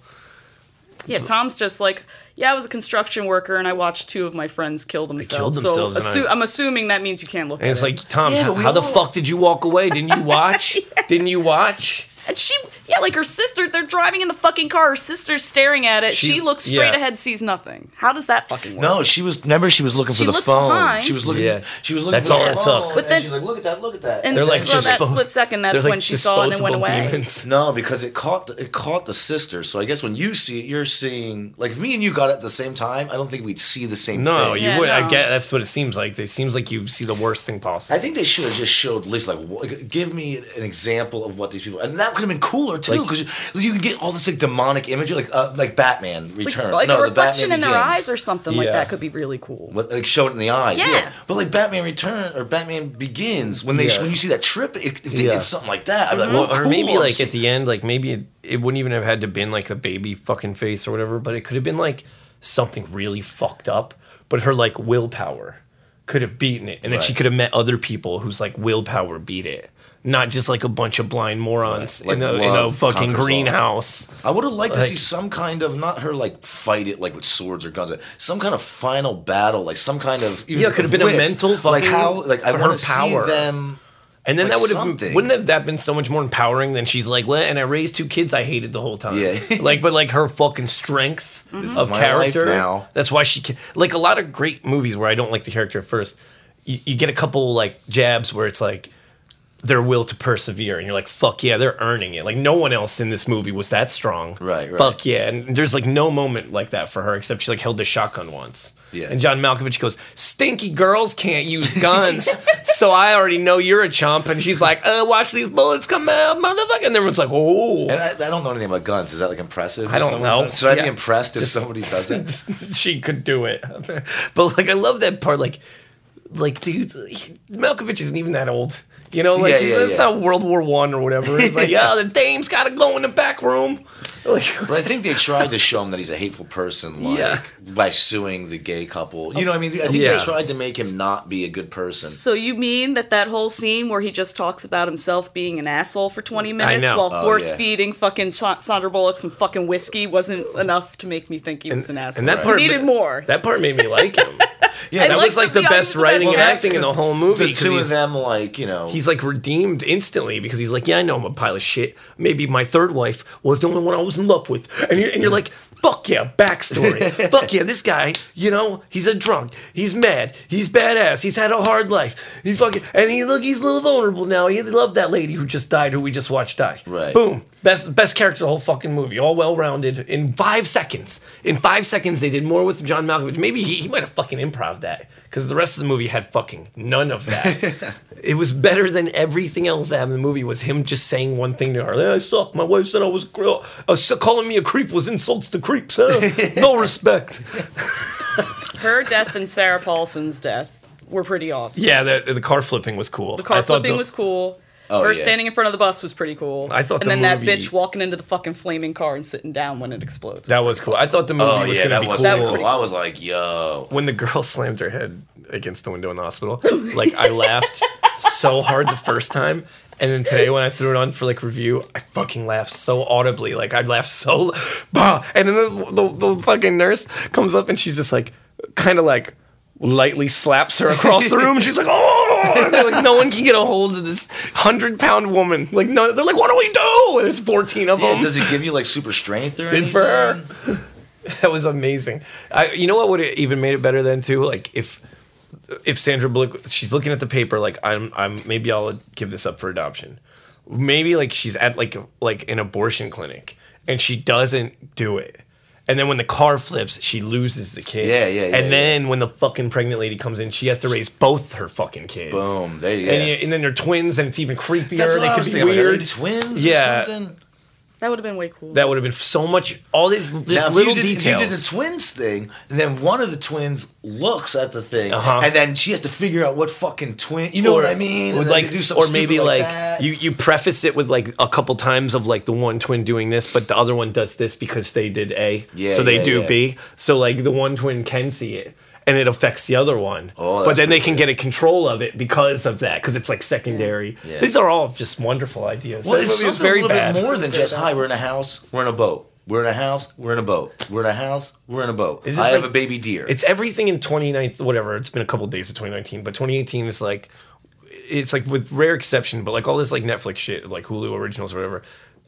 Speaker 4: Yeah, Tom's just like, yeah, I was a construction worker and I watched two of my friends kill themselves.
Speaker 2: killed themselves
Speaker 4: so
Speaker 2: and
Speaker 4: assu-
Speaker 2: I-
Speaker 4: I'm assuming that means you can't look
Speaker 2: And
Speaker 4: at
Speaker 2: it's
Speaker 4: it.
Speaker 2: like, Tom,
Speaker 3: Yeah, but
Speaker 2: how,
Speaker 3: we
Speaker 2: how the
Speaker 3: all-
Speaker 2: fuck did you walk away? Didn't you watch? Didn't you watch?
Speaker 4: And she, yeah, like her sister, they're driving in the fucking car. Her sister's staring at it. She,
Speaker 2: She-
Speaker 4: looks straight
Speaker 2: yeah.
Speaker 4: ahead, sees nothing. How does that fucking work?
Speaker 3: No, she was. Remember, she was looking
Speaker 4: She
Speaker 3: for the
Speaker 4: looked
Speaker 3: phone.
Speaker 4: behind.
Speaker 3: She was looking.
Speaker 2: Yeah.
Speaker 3: She was looking
Speaker 2: That's
Speaker 3: for
Speaker 2: all
Speaker 3: the
Speaker 2: it
Speaker 3: phone,
Speaker 2: took.
Speaker 3: And
Speaker 4: But then-
Speaker 3: she's like, look at that, look at that.
Speaker 4: And
Speaker 2: They're like
Speaker 4: so that
Speaker 2: dispo-
Speaker 4: split second, that's
Speaker 2: they're like
Speaker 4: when she saw it and it went
Speaker 2: disposable
Speaker 4: away.
Speaker 2: demons.
Speaker 3: No, because it caught the, it caught the sister. So I guess when you see it, you're seeing like if me and you got it at the same time. I don't think we'd see the same.
Speaker 2: No,
Speaker 3: thing.
Speaker 2: you
Speaker 4: Yeah,
Speaker 2: would.
Speaker 4: no.
Speaker 2: I get that's what it seems like. It seems like you see the worst thing possible.
Speaker 3: I think they should have just showed at least like wha- give me an example of what these people and that could have been cooler too
Speaker 2: Like-
Speaker 3: because you, you could get all this like demonic imagery like uh, like Batman
Speaker 4: Like,
Speaker 3: Return
Speaker 4: like
Speaker 3: no the Batman
Speaker 4: a reflection in their
Speaker 3: Begins.
Speaker 4: eyes or something like
Speaker 2: Yeah.
Speaker 4: that could be really cool.
Speaker 3: What- like show it in the eyes yeah,
Speaker 4: Yeah.
Speaker 3: but like Batman Return or Batman Begins when they
Speaker 2: Yeah.
Speaker 3: when you see that trip if, if they
Speaker 2: Yeah.
Speaker 3: did something like that I'd be like
Speaker 2: Well,
Speaker 3: well,
Speaker 2: or
Speaker 3: cool,
Speaker 2: maybe
Speaker 3: I'm
Speaker 2: like
Speaker 3: seeing-
Speaker 2: at the end, like maybe it, it wouldn't even have had to been like the baby fucking face or whatever, but it could have been like something really fucked up. But her like willpower could have beaten it, and then she
Speaker 3: Right.
Speaker 2: could have met other people whose like willpower beat it, not just like a bunch of blind morons
Speaker 3: Right. Like,
Speaker 2: in, a, in a
Speaker 3: love
Speaker 2: fucking
Speaker 3: conquers all.
Speaker 2: greenhouse.
Speaker 3: I would have liked to
Speaker 2: Like-
Speaker 3: see some kind of not her like fight it like with swords or guns, some kind of final battle, like some kind of even
Speaker 2: Yeah, it could have been a
Speaker 3: wits,
Speaker 2: mental
Speaker 3: like
Speaker 2: fucking-
Speaker 3: how like I
Speaker 2: but her
Speaker 3: want to see
Speaker 2: power.
Speaker 3: them.
Speaker 2: And then
Speaker 3: Like
Speaker 2: that would have
Speaker 3: something.
Speaker 2: been, wouldn't have that been so much more empowering than she's like, what? And I raised two kids I hated the whole time.
Speaker 3: Yeah.
Speaker 2: like, but like her fucking strength
Speaker 3: is
Speaker 2: of
Speaker 3: my
Speaker 2: character.
Speaker 3: life now.
Speaker 2: That's why she can, like a lot of great movies where I don't like the character at first. You, you get a couple like jabs where it's like their will to persevere, and you're like, fuck yeah, they're earning it. Like no one else in this movie was that strong.
Speaker 3: Right, right.
Speaker 2: Fuck yeah, and there's like no moment like that for her except she like held the shotgun once.
Speaker 3: Yeah.
Speaker 2: And John Malkovich goes, Stinky girls can't use guns. so I already know you're a chump. And she's like, uh, watch these bullets come out, motherfucker. And everyone's like, oh.
Speaker 3: And I, I don't know anything about guns. Is that like impressive?
Speaker 2: I
Speaker 3: if
Speaker 2: don't
Speaker 3: someone
Speaker 2: know.
Speaker 3: does- Should I be
Speaker 2: Yeah.
Speaker 3: impressed if somebody does it?
Speaker 2: she could do it. but like, I love that part. Like, like, dude, Malkovich isn't even that old. You know, like,
Speaker 3: Yeah,
Speaker 2: he's
Speaker 3: yeah,
Speaker 2: that's
Speaker 3: yeah.
Speaker 2: not World War One or whatever. It's like, yeah, the dame's got to go in the back room. Like,
Speaker 3: But I think they tried to show him that he's a hateful person, like
Speaker 2: Yeah.
Speaker 3: by suing the gay couple. You know, what I mean, I think
Speaker 2: Yeah.
Speaker 3: they tried to make him not be a good person.
Speaker 4: So you mean that that whole scene where he just talks about himself being an asshole for 20 minutes
Speaker 2: know.
Speaker 4: while
Speaker 2: Oh,
Speaker 4: force
Speaker 3: yeah.
Speaker 4: feeding fucking Sa- Sandra Bullock some fucking whiskey wasn't enough to make me think he was an asshole.
Speaker 2: and that part
Speaker 4: he needed more.
Speaker 2: That part made me like him. yeah,
Speaker 3: I
Speaker 2: that
Speaker 4: liked
Speaker 2: was like
Speaker 4: the-
Speaker 2: the,
Speaker 4: the-
Speaker 2: best
Speaker 4: the best
Speaker 2: writing and
Speaker 4: one.
Speaker 2: acting in the whole movie.
Speaker 3: The
Speaker 2: 'cause
Speaker 3: two
Speaker 2: he's-
Speaker 3: of them, like you know,
Speaker 2: he's like redeemed instantly because he's like, yeah, I know I'm a pile of shit. Maybe my third wife was the only one I was in love with, and you're, and you're like, fuck yeah, backstory. fuck yeah, this guy, you know, he's a drunk, he's mad, he's badass, he's had a hard life. He fucking and he look, he's a little vulnerable now. He loved that lady who just died, who we just watched die.
Speaker 3: Right.
Speaker 2: Boom. Best best character of the whole fucking movie. All well rounded in five seconds. In five seconds, they did more with John Malkovich. Maybe he, he might have fucking improv that because the rest of the movie had fucking none of that. it was better than everything else that happened in the movie. Was him just saying one thing to her? "Hey, I suck. My wife said I was. cre- Uh, so calling me a creep was insults to creeps. Huh? no respect.
Speaker 4: Her death and Sarah Paulson's death were pretty awesome.
Speaker 2: Yeah, the, the car flipping was cool.
Speaker 4: The car
Speaker 2: I thought
Speaker 4: flipping was cool.
Speaker 3: Oh,
Speaker 4: Her
Speaker 3: yeah.
Speaker 4: standing in front of the bus was pretty cool.
Speaker 2: I thought
Speaker 4: and
Speaker 2: the
Speaker 4: then
Speaker 2: movie-
Speaker 4: that bitch walking into the fucking flaming car and sitting down when it explodes.
Speaker 2: That was cool. I thought the movie
Speaker 3: Oh
Speaker 2: was
Speaker 3: yeah,
Speaker 2: gonna
Speaker 3: that
Speaker 2: be
Speaker 3: was
Speaker 2: cool.
Speaker 4: That was
Speaker 3: cool.
Speaker 4: pretty
Speaker 3: I was like, yo.
Speaker 2: when the girl slammed her head against the window in the hospital, like I laughed so hard the first time. And then today when I threw it on for like review, I fucking laughed so audibly. Like I laughed so bah! and then the, the, the fucking nurse comes up and she's just like kind of like lightly slaps her across the room and she's like, oh And they're like no one can get a hold of this hundred pound woman. Like no they're like, what do we do? And there's fourteen of them.
Speaker 3: Yeah, does it give you like super strength or
Speaker 2: Did
Speaker 3: anything?
Speaker 2: for her. That was amazing. I, you know what would have even made it better then too? Like if if Sandra Bullock, she's looking at the paper, like I'm, I'm maybe I'll give this up for adoption. Maybe like she's at like like an abortion clinic and she doesn't do it. And then when the car flips, she loses the kid.
Speaker 3: Yeah, yeah, yeah,
Speaker 2: And then when the fucking pregnant lady comes in, she has to raise both her fucking kids.
Speaker 3: Boom. There you go.
Speaker 2: And, you, and then they're twins, and it's even creepier.
Speaker 3: That's what
Speaker 2: they
Speaker 3: I
Speaker 2: could
Speaker 3: was
Speaker 2: be
Speaker 3: thinking, like, are
Speaker 2: weird.
Speaker 3: they twins
Speaker 2: Yeah.
Speaker 3: or something?
Speaker 4: that would have been way cool.
Speaker 2: That would have been so much. All these just
Speaker 3: Now, if
Speaker 2: little
Speaker 3: you did, if
Speaker 2: details.
Speaker 3: you did the twins thing, and then one of the twins looks at the thing,
Speaker 2: Uh-huh.
Speaker 3: and then she has to figure out what fucking twin. You know
Speaker 2: Or-
Speaker 3: what I mean?
Speaker 2: or
Speaker 3: And then
Speaker 2: like,
Speaker 3: they do
Speaker 2: or
Speaker 3: something
Speaker 2: maybe
Speaker 3: stupid
Speaker 2: like,
Speaker 3: that.
Speaker 2: you you preface it with like a couple times of like the one twin doing this, but the other one does this because they did A,
Speaker 3: Yeah,
Speaker 2: so they
Speaker 3: yeah,
Speaker 2: do
Speaker 3: yeah.
Speaker 2: B. So like the one twin can see it, and it affects the other one.
Speaker 3: Oh,
Speaker 2: but
Speaker 3: that's
Speaker 2: then they
Speaker 3: pretty
Speaker 2: can get a control of it because of that, because it's like secondary.
Speaker 3: Yeah.
Speaker 2: These are all just wonderful ideas.
Speaker 3: Well,
Speaker 2: that
Speaker 3: it's
Speaker 2: movie
Speaker 3: something
Speaker 2: was very
Speaker 3: a little
Speaker 2: bad.
Speaker 3: bit more than just hi. We're in a house. We're in a boat. We're in a house. We're in a boat. We're in a house. We're in a boat.
Speaker 2: Is this
Speaker 3: I have
Speaker 2: like-
Speaker 3: a baby deer.
Speaker 2: It's everything in 2019, whatever. It's been a couple days of 2019, but 2018 is like, it's like with rare exception, but like all this like Netflix shit, like Hulu originals or whatever.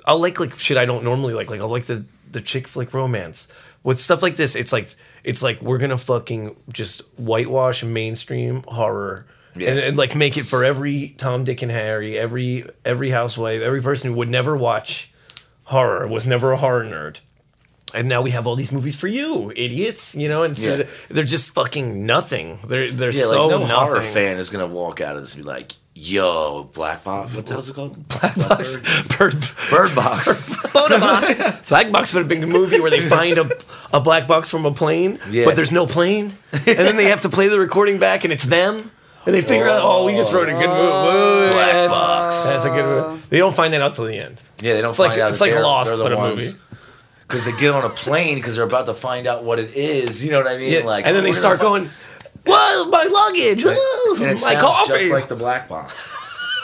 Speaker 2: I'll like like shit I don't normally like. Like I'll like the the chick flick romance. With stuff like this, it's like it's like we're gonna fucking just whitewash mainstream horror.
Speaker 3: Yeah.
Speaker 2: And, and like make it for every Tom, Dick, and Harry, every every housewife, every person who would never watch horror, was never a horror nerd and now we have all these movies for you, idiots. You know, and so
Speaker 3: Yeah.
Speaker 2: th- they're just fucking nothing. They're they're
Speaker 3: yeah,
Speaker 2: so
Speaker 3: like no
Speaker 2: nothing.
Speaker 3: horror fan is gonna walk out of this and be like, "Yo, Black Box. What the hell's it called? Black
Speaker 2: Box,
Speaker 3: Bird,
Speaker 2: bird,
Speaker 3: Bird Box.
Speaker 4: Botobox.
Speaker 2: black box would have been a movie where they find a, a black box from a plane,
Speaker 3: Yeah.
Speaker 2: but there's no plane, and then they have to play the recording back, and it's them, and they figure out, oh, we just wrote a good movie.
Speaker 3: Black
Speaker 2: Black
Speaker 3: Box.
Speaker 2: That's a good movie. They don't find that out till the end.
Speaker 3: Yeah, they don't.
Speaker 2: It's
Speaker 3: find
Speaker 2: like-
Speaker 3: out
Speaker 2: it's
Speaker 3: that
Speaker 2: like
Speaker 3: they're-
Speaker 2: Lost,
Speaker 3: they're the
Speaker 2: but a
Speaker 3: ones.
Speaker 2: movie.
Speaker 3: Because they get on a plane because they're about to find out what it is. You know what I mean?
Speaker 2: Yeah,
Speaker 3: Like,
Speaker 2: and then
Speaker 3: oh,
Speaker 2: they
Speaker 3: we're
Speaker 2: start
Speaker 3: gonna
Speaker 2: going, "Whoa, my luggage! Whoa,
Speaker 3: fi- and it
Speaker 2: my
Speaker 3: sounds
Speaker 2: coffee!"
Speaker 3: just like the black box.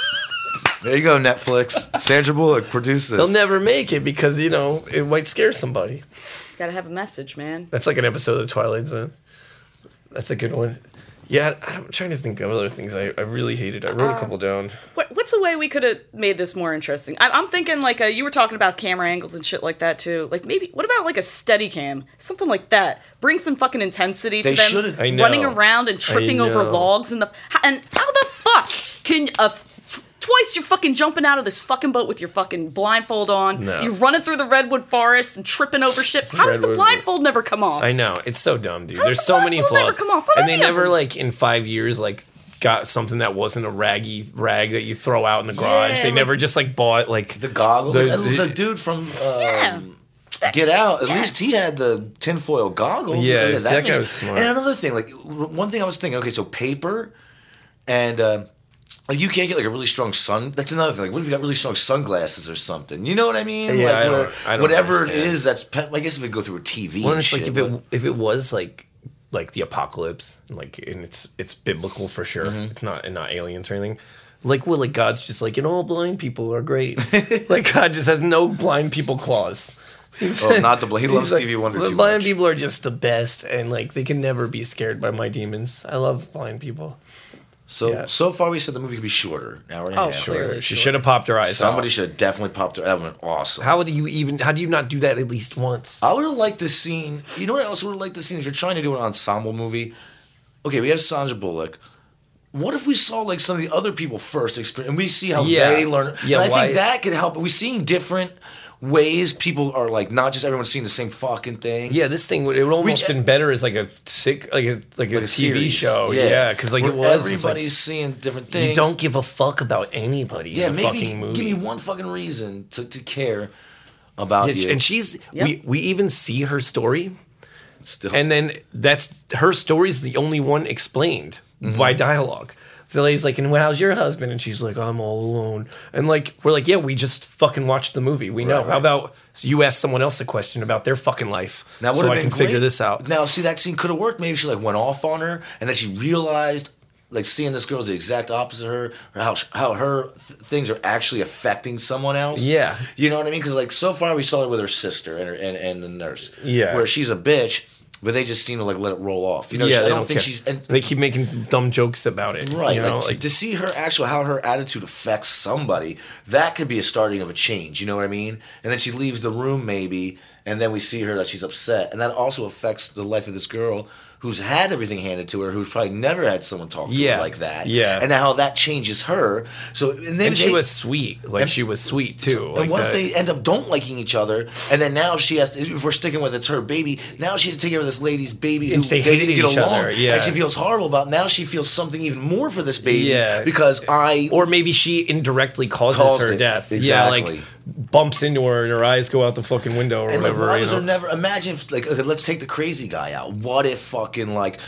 Speaker 3: there you go, Netflix. Sandra Bullock produces.
Speaker 2: They'll never make it because you know it might scare somebody.
Speaker 4: Gotta have a message, man.
Speaker 2: That's like an episode of Twilight Zone. That's a good one. Yeah, I- I'm trying to think of other things I, I really hated. I wrote a couple down.
Speaker 4: What, what's a way we could have made this more interesting? I, I'm thinking like uh you were talking about camera angles and shit like that too. Like maybe what about like a steady cam, something like that? Bring some fucking intensity
Speaker 3: They
Speaker 4: to
Speaker 3: should've-
Speaker 4: them
Speaker 2: I know.
Speaker 4: running around and tripping over
Speaker 2: know.
Speaker 4: logs and the h- and how the fuck can a tw- Twice you're fucking jumping out of this fucking boat with your fucking blindfold on.
Speaker 2: No.
Speaker 4: You're running through the redwood forest and tripping over shit. How does the
Speaker 2: Redwood-
Speaker 4: blindfold never come off?
Speaker 2: I know it's so dumb, dude.
Speaker 4: does
Speaker 2: There's
Speaker 4: the
Speaker 2: so many
Speaker 4: Marvel
Speaker 2: flaws,
Speaker 4: never come off? What
Speaker 2: and
Speaker 4: are
Speaker 2: they
Speaker 4: the
Speaker 2: never
Speaker 4: other-
Speaker 2: like in five years like got something that wasn't a raggy rag that you throw out in the garage.
Speaker 3: Yeah,
Speaker 2: they
Speaker 3: like-
Speaker 2: never just like bought like
Speaker 3: the goggle.
Speaker 2: The-
Speaker 3: The,
Speaker 2: the-
Speaker 3: the dude from um,
Speaker 4: Yeah.
Speaker 3: Get Out. At
Speaker 4: Yeah.
Speaker 3: least he had the tinfoil goggles.
Speaker 2: Yeah,
Speaker 3: Okay,
Speaker 2: that guy
Speaker 3: makes-
Speaker 2: was smart.
Speaker 3: And another thing, like w- one thing I was thinking. Okay, so paper, and uh, like you can't get like a really strong sun. That's another thing. Like, what if you got really strong sunglasses or something? You know what I mean?
Speaker 2: Yeah,
Speaker 3: like,
Speaker 2: I don't-
Speaker 3: where-
Speaker 2: I don't
Speaker 3: whatever it
Speaker 2: understand.
Speaker 3: is. That's pe- I guess if we go through a TV.
Speaker 2: Well,
Speaker 3: and
Speaker 2: and it's like if
Speaker 3: shit, but-
Speaker 2: it if it was like like the apocalypse, like and it's it's biblical for sure.
Speaker 3: Mm-hmm.
Speaker 2: It's not and not aliens or anything. Like, well, like God's just like, and all blind people are great. like God just has no blind people clause. He's-
Speaker 3: Oh, not the bl- he
Speaker 2: he's
Speaker 3: loves
Speaker 2: like,
Speaker 3: Stevie Wonder
Speaker 2: "The
Speaker 3: too
Speaker 2: Blind
Speaker 3: much."
Speaker 2: people are just the best, and like they can never be scared by my demons. I love blind people.
Speaker 3: so
Speaker 2: yeah.
Speaker 3: so far we said the movie could be shorter, an hour and a
Speaker 4: Oh,
Speaker 3: half.
Speaker 4: sure. Clearly,
Speaker 2: she
Speaker 4: sure.
Speaker 2: should have popped her eyes.
Speaker 3: Somebody
Speaker 2: out.
Speaker 3: should have definitely popped their. That would have been awesome.
Speaker 2: How do you even? How do you not do that at least once?
Speaker 3: I would have liked this scene. You know what I also would have liked this scene? If you're trying to do an ensemble movie, okay, we have Sandra Bullock. What if we saw like some of the other people first experience and we see how
Speaker 2: Yeah.
Speaker 3: they learn?
Speaker 2: Yeah,
Speaker 3: and I
Speaker 2: why-
Speaker 3: think that could help. We're seeing different ways people are like not just everyone's seeing the same fucking thing.
Speaker 2: Yeah, this thing would it would almost
Speaker 3: We- uh,
Speaker 2: been better as like a sick like a like a,
Speaker 3: Like a
Speaker 2: TV
Speaker 3: series.
Speaker 2: show. Yeah, because like
Speaker 3: Where
Speaker 2: it was it's like-
Speaker 3: everybody's seeing different things.
Speaker 2: You don't give a fuck about anybody
Speaker 3: Yeah,
Speaker 2: in the
Speaker 3: maybe
Speaker 2: fucking movie.
Speaker 3: give me one fucking reason to, to care about
Speaker 2: Yeah,
Speaker 3: you.
Speaker 2: and she's we,
Speaker 4: Yep.
Speaker 2: we even see her story
Speaker 3: still Mm-hmm.
Speaker 2: and then that's her story's the only one explained by dialogue. the lady's like, and well, how's your husband? And she's like, I'm all alone. And like, we're like, yeah, we just fucking watched the movie. We know.
Speaker 3: Right, right.
Speaker 2: How about you ask someone else a question about their fucking life?
Speaker 3: That would
Speaker 2: so
Speaker 3: have
Speaker 2: I
Speaker 3: been
Speaker 2: can figure
Speaker 3: great.
Speaker 2: this out.
Speaker 3: Now, see that scene could have worked. Maybe she like went off on her, and then she realized, like seeing this girl is the exact opposite of her, or how sh- how her th- things are actually affecting someone else.
Speaker 2: Yeah.
Speaker 3: you know what I mean? Because like so far we saw it with her sister and her and, and the nurse.
Speaker 2: Yeah.
Speaker 3: where she's a bitch, but they just seem to like let it roll off. You know,
Speaker 2: yeah,
Speaker 3: she- I
Speaker 2: they
Speaker 3: don't, think
Speaker 2: care.
Speaker 3: she's and,
Speaker 2: they keep making dumb jokes about it.
Speaker 3: Right.
Speaker 2: You know,
Speaker 3: like,
Speaker 2: like,
Speaker 3: to see her actual how her attitude affects somebody, that could be a starting of a change, you know what I mean? And then she leaves the room maybe, and then we see her that she's upset. And that also affects the life of this girl who's had everything handed to her, who's probably never had someone talk to
Speaker 2: Yeah.
Speaker 3: her like that.
Speaker 2: Yeah.
Speaker 3: And how that changes her. So and then
Speaker 2: and she
Speaker 3: they-
Speaker 2: was sweet. Like she was sweet too.
Speaker 3: and
Speaker 2: like uh,
Speaker 3: what
Speaker 2: that-
Speaker 3: if they end up don't liking each other? And then now she has to, if we're sticking with it's her baby, now she has to take care of this lady's baby who
Speaker 2: And they
Speaker 3: they, didn't
Speaker 2: hated
Speaker 3: get
Speaker 2: each
Speaker 3: along.
Speaker 2: other, yeah.
Speaker 3: And she feels horrible about now she feels something even more for this baby
Speaker 2: Yeah.
Speaker 3: because I
Speaker 2: or maybe she indirectly causes
Speaker 3: Caused
Speaker 2: her
Speaker 3: it.
Speaker 2: death. Yeah,
Speaker 3: Exactly.
Speaker 2: like bumps into her and her eyes go out the fucking window or
Speaker 3: And like,
Speaker 2: whatever.
Speaker 3: why
Speaker 2: you
Speaker 3: was
Speaker 2: know?
Speaker 3: there never? Imagine if, like, okay, let's take the crazy guy out. What if fucking like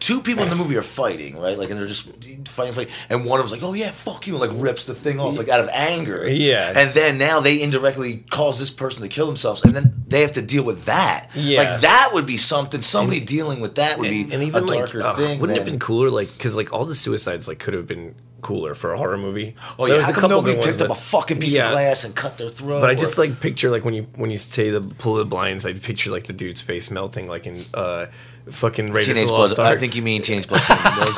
Speaker 3: two people in the movie are fighting, right? Like, and they're just fighting, fighting, and one of them's like, "Oh yeah, fuck you," and like rips the thing off, like out of anger.
Speaker 2: Yeah.
Speaker 3: And then now they indirectly cause this person to kill themselves, and then they have to deal with that.
Speaker 2: Yeah.
Speaker 3: Like that would be something. Somebody dealing with that would
Speaker 2: and,
Speaker 3: be
Speaker 2: and even
Speaker 3: a
Speaker 2: like,
Speaker 3: darker
Speaker 2: ugh,
Speaker 3: thing.
Speaker 2: wouldn't it have
Speaker 3: than-
Speaker 2: been cooler? Like, because like all the suicides like could have been cooler for a horror movie.
Speaker 3: Oh
Speaker 2: There
Speaker 3: yeah,
Speaker 2: was
Speaker 3: how
Speaker 2: a
Speaker 3: come
Speaker 2: couple
Speaker 3: nobody
Speaker 2: good
Speaker 3: picked
Speaker 2: ones,
Speaker 3: up a
Speaker 2: but-
Speaker 3: fucking piece
Speaker 2: yeah.
Speaker 3: of glass and cut their throat?
Speaker 2: But I just
Speaker 3: or-
Speaker 2: like picture like when you when you say the pull the blinds, I picture like the dude's face melting, like in uh, fucking Raiders
Speaker 3: teenage
Speaker 2: of the Lost
Speaker 3: blood. I
Speaker 2: Ark.
Speaker 3: think you mean teenage blood. Syndrome.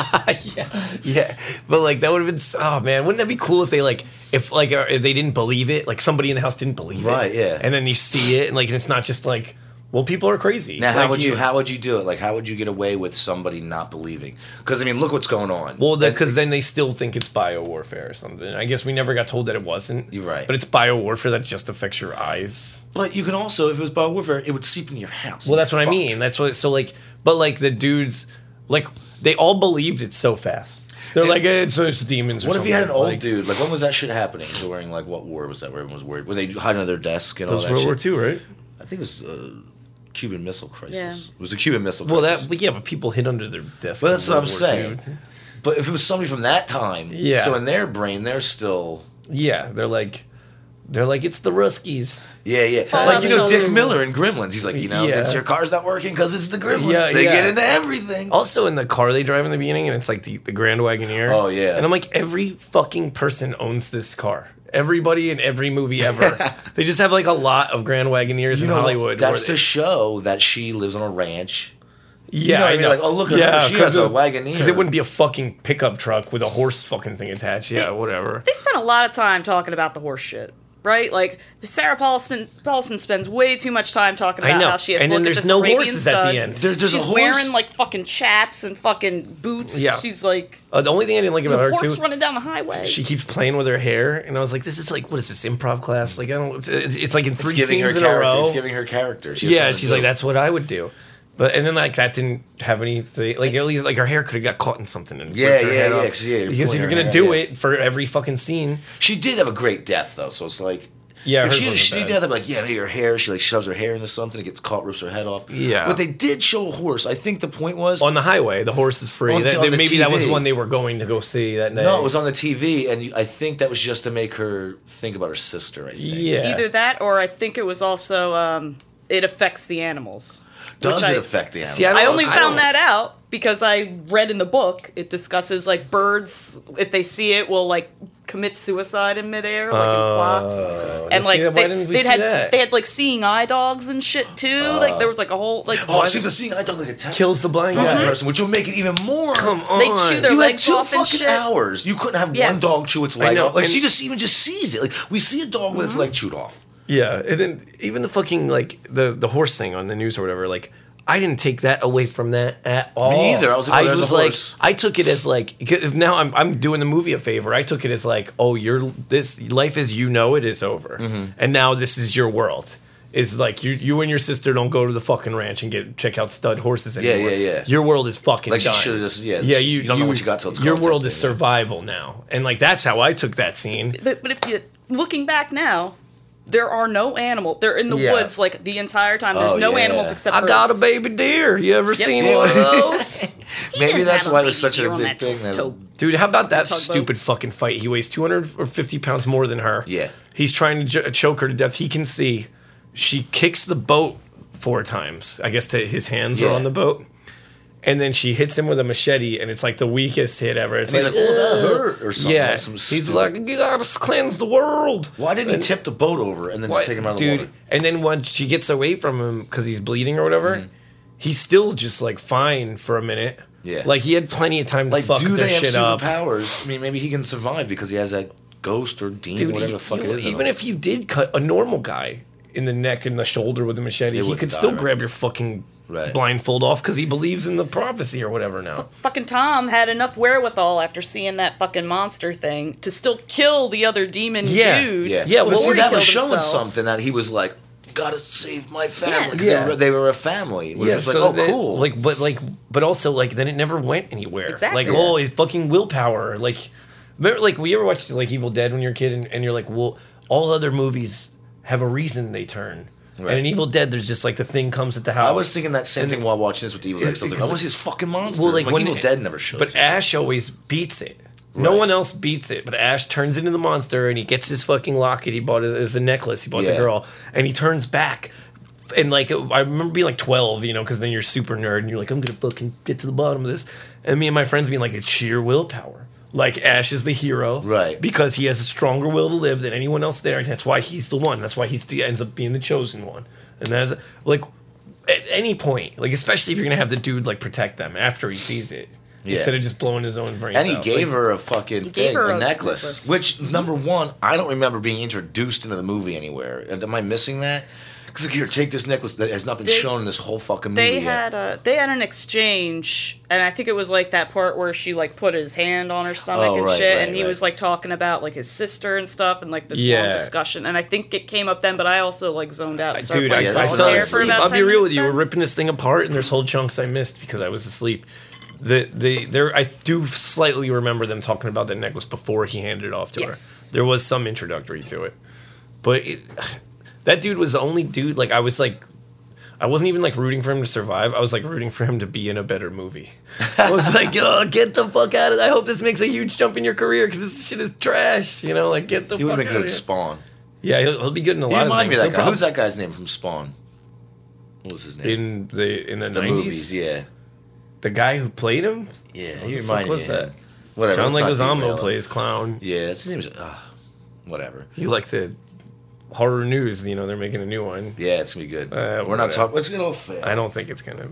Speaker 2: yeah, yeah. But like that would have been. s- Oh man, wouldn't that be cool if they like if like uh, if they didn't believe it, like somebody in the house didn't believe it,
Speaker 3: Right, yeah.
Speaker 2: And then you see it, and like and it's not just like, well, people are crazy.
Speaker 3: Now, how
Speaker 2: Like,
Speaker 3: would you, how would you do it? Like, how would you get away with somebody not believing? Because I mean, look what's going on.
Speaker 2: Well, because then they still think it's bio warfare or something. I guess we never got told that it wasn't.
Speaker 3: You're right.
Speaker 2: But it's bio warfare that just affects your eyes.
Speaker 3: but you can also, if it was bio warfare, it would seep into your house.
Speaker 2: Well, that's what I
Speaker 3: Fucked.
Speaker 2: mean. That's what. So like, but like the dudes, like they all believed it so fast. They're
Speaker 3: And-
Speaker 2: like, eh, it's, it's demons. Or
Speaker 3: what if you had an
Speaker 2: something.
Speaker 3: old
Speaker 2: Like,
Speaker 3: dude? Like, when was that shit happening? During like what war was that? Where everyone was worried? Were they hiding under their desk and
Speaker 2: That was
Speaker 3: all Oh,
Speaker 2: World
Speaker 3: that
Speaker 2: War
Speaker 3: shit?
Speaker 2: Two, right?
Speaker 3: I think it was uh, Cuban Missile Crisis.
Speaker 4: Yeah.
Speaker 3: It was the Cuban Missile
Speaker 2: Well,
Speaker 3: Crisis.
Speaker 2: that but yeah, but people hid under their desks.
Speaker 3: Well,
Speaker 2: in
Speaker 3: that's what I'm
Speaker 2: World War Two.
Speaker 3: saying. But if it was somebody from that time,
Speaker 2: Yeah.
Speaker 3: So in their brain, they're still.
Speaker 2: Yeah, they're like, they're like, it's the Ruskies.
Speaker 3: Yeah, yeah.
Speaker 4: Fallout
Speaker 3: like you know,
Speaker 4: Shelter.
Speaker 3: Dick Miller in Gremlins. He's like, you know,
Speaker 2: Yeah.
Speaker 3: it's your car's not working because it's the Gremlins.
Speaker 2: Yeah,
Speaker 3: they
Speaker 2: yeah.
Speaker 3: get into everything.
Speaker 2: Also, in the car they drive in the beginning, and it's like the, the Grand Wagoneer.
Speaker 3: Oh, yeah.
Speaker 2: And I'm like, every fucking person owns this car. Everybody in every movie ever. they just have like a lot of Grand Wagoneers in
Speaker 3: You know,
Speaker 2: Hollywood.
Speaker 3: That's
Speaker 2: where
Speaker 3: to
Speaker 2: they-
Speaker 3: show that she lives on a ranch.
Speaker 2: yeah,
Speaker 3: know what
Speaker 2: I
Speaker 3: I mean?
Speaker 2: know.
Speaker 3: Like, oh, look at her. She
Speaker 2: 'cause
Speaker 3: has a
Speaker 2: it-
Speaker 3: Wagoneer.
Speaker 2: 'cause it wouldn't be a fucking pickup truck with a horse fucking thing attached. Yeah, whatever.
Speaker 4: they spent a lot of time talking about the horse shit, right? Like Sarah Paulson, Paulson spends way too much time talking
Speaker 2: I
Speaker 4: about
Speaker 2: know.
Speaker 4: how she has
Speaker 2: And
Speaker 4: to
Speaker 2: then
Speaker 4: look
Speaker 2: there's
Speaker 4: at this
Speaker 2: no
Speaker 4: Arabian
Speaker 2: horses at the
Speaker 4: stud.
Speaker 2: end.
Speaker 3: There- there's a
Speaker 4: She's
Speaker 3: horse.
Speaker 4: wearing like fucking chaps and fucking boots.
Speaker 2: Yeah.
Speaker 4: She's like
Speaker 2: Uh, the only thing I didn't like
Speaker 4: the
Speaker 2: about her
Speaker 4: horse
Speaker 2: too.
Speaker 4: running down the highway.
Speaker 2: she keeps playing with her hair, and I was like, "This is like what is this improv class? Like I don't. It's, it's, it's like in
Speaker 3: It's
Speaker 2: three
Speaker 3: giving her
Speaker 2: scenes in a
Speaker 3: character.
Speaker 2: row.
Speaker 3: It's giving her character. She has
Speaker 2: yeah,
Speaker 3: something to
Speaker 2: she's like,
Speaker 3: do.
Speaker 2: that's what I would do. But and then like that didn't have anything. Like at least like her hair could have got caught in something. And
Speaker 3: Yeah,
Speaker 2: ripped her
Speaker 3: yeah,
Speaker 2: head
Speaker 3: yeah,
Speaker 2: off.
Speaker 3: 'cause, yeah, you're
Speaker 2: Because if
Speaker 3: pulling
Speaker 2: you're
Speaker 3: her
Speaker 2: gonna
Speaker 3: hair,
Speaker 2: do
Speaker 3: yeah.
Speaker 2: it for every fucking scene,
Speaker 3: She did have a great death though, so it's like.
Speaker 2: Yeah,
Speaker 3: if
Speaker 2: hers
Speaker 3: she had a
Speaker 2: wasn't
Speaker 3: shitty
Speaker 2: bad.
Speaker 3: death, I'd be like, yeah, maybe her hair. She like shoves her hair into something, it gets caught, rips her head off.
Speaker 2: Yeah.
Speaker 3: But they did show a horse. I think the point was
Speaker 2: on the highway, the horse is free.
Speaker 3: On-
Speaker 2: That-
Speaker 3: on
Speaker 2: that-
Speaker 3: the
Speaker 2: maybe that was
Speaker 3: TV.
Speaker 2: one they were going to go see that night.
Speaker 3: no, it was on the TV, and you- I think that was just to make her think about her sister. I think.
Speaker 2: yeah.
Speaker 4: Either that, or I think it was also um, it affects the animals.
Speaker 3: Does
Speaker 4: Which
Speaker 3: it
Speaker 4: I-
Speaker 3: affect the animal?
Speaker 2: See, I don't-
Speaker 4: I only
Speaker 2: I
Speaker 4: found
Speaker 2: don't-
Speaker 4: that out because I read in the book. It discusses like birds if they see it will like commit suicide in midair, like in flocks, and like
Speaker 2: Oh. See, why
Speaker 4: they,
Speaker 2: didn't we
Speaker 4: they'd
Speaker 2: see
Speaker 4: had
Speaker 2: that? Oh.
Speaker 4: they had like seeing eye dogs and shit too. like there was like a whole like
Speaker 3: oh, I see the scene. I thought like a ta-
Speaker 2: kills the blind
Speaker 3: blind
Speaker 2: guy.
Speaker 3: person, which will make it even more.
Speaker 2: Come on.
Speaker 4: they chew their
Speaker 3: you had
Speaker 4: legs
Speaker 3: two
Speaker 4: off and
Speaker 3: fucking
Speaker 4: shit.
Speaker 3: hours. You couldn't have
Speaker 4: Yeah.
Speaker 3: one dog chew its leg
Speaker 2: know,
Speaker 3: off. Like she
Speaker 2: and-
Speaker 3: just even just sees it. Like we see a dog with its
Speaker 4: Mm-hmm.
Speaker 3: leg chewed off.
Speaker 2: Yeah, and then even the fucking like the the horse thing on the news or whatever, like I didn't take that away from that at all.
Speaker 3: either. I was like, oh, there's a horse.
Speaker 2: like, I took it as like 'cause now I'm I'm doing the movie a favor. I took it as like, oh, your this life as you know it is over,
Speaker 3: Mm-hmm.
Speaker 2: and now this is your world. Is like you you and your sister don't go to the fucking ranch and get check out stud horses
Speaker 3: Yeah,
Speaker 2: anymore.
Speaker 3: yeah, yeah.
Speaker 2: Your world is fucking
Speaker 3: Like, she
Speaker 2: done.
Speaker 3: should've just- yeah,
Speaker 2: yeah.
Speaker 3: she-
Speaker 2: You,
Speaker 3: you don't know what you got till it's
Speaker 2: your
Speaker 3: gone type
Speaker 2: world is
Speaker 3: thing, yeah.
Speaker 2: survival now, and like that's how I took that scene.
Speaker 4: But but if you looking back now, there are no animal. They're in the
Speaker 2: Yeah.
Speaker 4: woods like the entire time. There's
Speaker 3: Oh,
Speaker 4: no
Speaker 3: yeah.
Speaker 4: animals except
Speaker 2: I got a
Speaker 4: birds.
Speaker 2: baby deer. You ever seen
Speaker 4: Yeah.
Speaker 2: one of those?
Speaker 3: Maybe
Speaker 4: didn't
Speaker 3: that's
Speaker 4: have a
Speaker 3: why it was
Speaker 4: baby
Speaker 3: such a
Speaker 4: deer on
Speaker 3: big
Speaker 4: that
Speaker 3: thing that
Speaker 4: tote.
Speaker 2: Dude, how about that
Speaker 4: Tugboat.
Speaker 2: stupid fucking fight? He weighs 250 pounds more than her.
Speaker 3: Yeah.
Speaker 2: He's trying to j- choke her to death. He can see. She kicks the boat four times. I guess to his hands
Speaker 3: Yeah.
Speaker 2: are on the boat. And then she hits him with a machete, and it's like the weakest hit ever. It's
Speaker 3: He's like,
Speaker 2: like,
Speaker 3: oh, that hurt or something.
Speaker 2: yeah.
Speaker 3: Some
Speaker 2: He's
Speaker 3: stupid-
Speaker 2: like, you gotta cleanse the world.
Speaker 3: why didn't he tip the boat over and then
Speaker 2: What?
Speaker 3: just take him out of
Speaker 2: Dude,
Speaker 3: the water?
Speaker 2: And then when she gets away from him because he's bleeding or whatever,
Speaker 3: Mm-hmm.
Speaker 2: he's still just like fine for a minute.
Speaker 3: Yeah.
Speaker 2: Like he had plenty of time to
Speaker 3: Like,
Speaker 2: fuck
Speaker 3: do
Speaker 2: their
Speaker 3: they have
Speaker 2: shit up.
Speaker 3: superpowers? I mean, maybe he can survive because he has that ghost or demon,
Speaker 2: Dude,
Speaker 3: whatever
Speaker 2: e-
Speaker 3: the fuck
Speaker 2: you-
Speaker 3: it is. in
Speaker 2: Even
Speaker 3: him.
Speaker 2: if you did cut a normal guy in the neck and the shoulder with a machete, he
Speaker 3: wouldn't
Speaker 2: could
Speaker 3: die,
Speaker 2: still
Speaker 3: right?
Speaker 2: grab your fucking
Speaker 3: Right.
Speaker 2: blindfold off because he believes in the prophecy or whatever now.
Speaker 4: Fucking Tom had enough wherewithal after seeing that fucking monster thing to still kill the other demon
Speaker 2: Yeah,
Speaker 4: dude.
Speaker 3: yeah,
Speaker 2: Yeah,
Speaker 3: but
Speaker 2: well,
Speaker 3: see,
Speaker 2: Lord
Speaker 3: that was
Speaker 4: killed
Speaker 3: showing
Speaker 4: himself.
Speaker 3: something that he was like, gotta save my family because
Speaker 2: Yeah.
Speaker 3: they, were, they were a family. It was just like, oh,
Speaker 2: that-
Speaker 3: cool.
Speaker 2: Like, but like, but also like, then it never went anywhere.
Speaker 4: Exactly.
Speaker 2: Like, oh, his fucking willpower. Like, remember, like, we ever watched like Evil Dead when you're a kid, and, and you're like, well, all other movies have a reason they turn.
Speaker 3: Right.
Speaker 2: And in Evil Dead, there's just like the thing comes at the house.
Speaker 3: I was thinking that same thing while watching this with the Evil Dead. 'cause I was like, I want to see this fucking monster. Well, like,
Speaker 2: when- e,
Speaker 3: Evil Dead never shows.
Speaker 2: But
Speaker 3: it.
Speaker 2: Ash always beats it. No
Speaker 3: Right.
Speaker 2: one else beats it, but Ash turns into the monster and he gets his fucking locket. He bought it as a necklace. He bought
Speaker 3: Yeah.
Speaker 2: the girl, and he turns back. And like I remember being like twelve, you know, because then you're super nerd and you're like, I'm gonna fucking get to the bottom of this. And me and my friends being like, it's sheer willpower. Like Ash is the hero,
Speaker 3: Right.
Speaker 2: Because he has a stronger will to live than anyone else there, and that's why he's the one. That's why he's the ends up being the chosen one. And that's like at any point, like especially if you're gonna have the dude like protect them after he sees it,
Speaker 3: Yeah.
Speaker 2: instead of just blowing his own brains.
Speaker 3: and he
Speaker 2: out.
Speaker 3: gave
Speaker 2: Like,
Speaker 3: her a fucking
Speaker 4: gave
Speaker 3: thing,
Speaker 4: her
Speaker 3: a,
Speaker 4: a
Speaker 3: necklace,
Speaker 4: necklace.
Speaker 3: Which number one, I don't remember being introduced into the movie anywhere. And Am I missing that? Because like, here, take this necklace that has not been
Speaker 4: They-
Speaker 3: shown in this whole fucking movie.
Speaker 4: They
Speaker 3: yet.
Speaker 4: had a they had an exchange, and I think it was like that part where she like put his hand on her stomach
Speaker 3: Oh,
Speaker 4: and
Speaker 3: right,
Speaker 4: shit,
Speaker 3: right,
Speaker 4: and he
Speaker 3: right.
Speaker 4: was like talking about like his sister and stuff, and like this
Speaker 2: Yeah.
Speaker 4: long discussion. And I think it came up then, but I also like zoned out. and started
Speaker 2: dude, I,
Speaker 4: playing
Speaker 3: Yeah,
Speaker 2: I
Speaker 3: that's
Speaker 2: fell
Speaker 4: solitaire
Speaker 3: asleep.
Speaker 4: for
Speaker 2: asleep.
Speaker 4: about
Speaker 2: I'll be
Speaker 4: 10
Speaker 2: real with
Speaker 4: minutes
Speaker 2: you. We're
Speaker 4: then.
Speaker 2: ripping this thing apart, and there's whole chunks I missed because I was asleep. The the there I do slightly remember them talking about that necklace before he handed it off to
Speaker 4: Yes.
Speaker 2: her. There was some introductory to it, but it, that dude was the only dude. Like I was like. I wasn't even like rooting for him to survive. I was like rooting for him to be in a better movie. I was like, oh, get the fuck out of! I hope this makes a huge jump in your career because this shit is trash. You know, like get the.
Speaker 3: He
Speaker 2: fuck
Speaker 3: would have been
Speaker 2: out
Speaker 3: good
Speaker 2: of
Speaker 3: at
Speaker 2: here.
Speaker 3: Spawn.
Speaker 2: Yeah, he'll, he'll be good in a
Speaker 3: You
Speaker 2: lot of
Speaker 3: remind me
Speaker 2: things. No
Speaker 3: of that guy.
Speaker 2: problem.
Speaker 3: Who's that guy's name from Spawn? What was his name?
Speaker 2: in the in the
Speaker 3: the
Speaker 2: nineties.
Speaker 3: movies, yeah,
Speaker 2: The guy who played him,
Speaker 3: yeah.
Speaker 2: the
Speaker 3: You
Speaker 2: fuck
Speaker 3: remind me.
Speaker 2: was
Speaker 3: of him.
Speaker 2: that?
Speaker 3: Whatever.
Speaker 2: John
Speaker 3: let's not
Speaker 2: Leguizamo
Speaker 3: derail it.
Speaker 2: plays clown.
Speaker 3: Yeah, that's his name is. Uh, whatever.
Speaker 2: You like the horror news? You know they're making a new one.
Speaker 3: Yeah, it's gonna be good.
Speaker 2: Uh,
Speaker 3: We're
Speaker 2: whatever.
Speaker 3: not talking. Let's get off. fair.
Speaker 2: I don't think it's gonna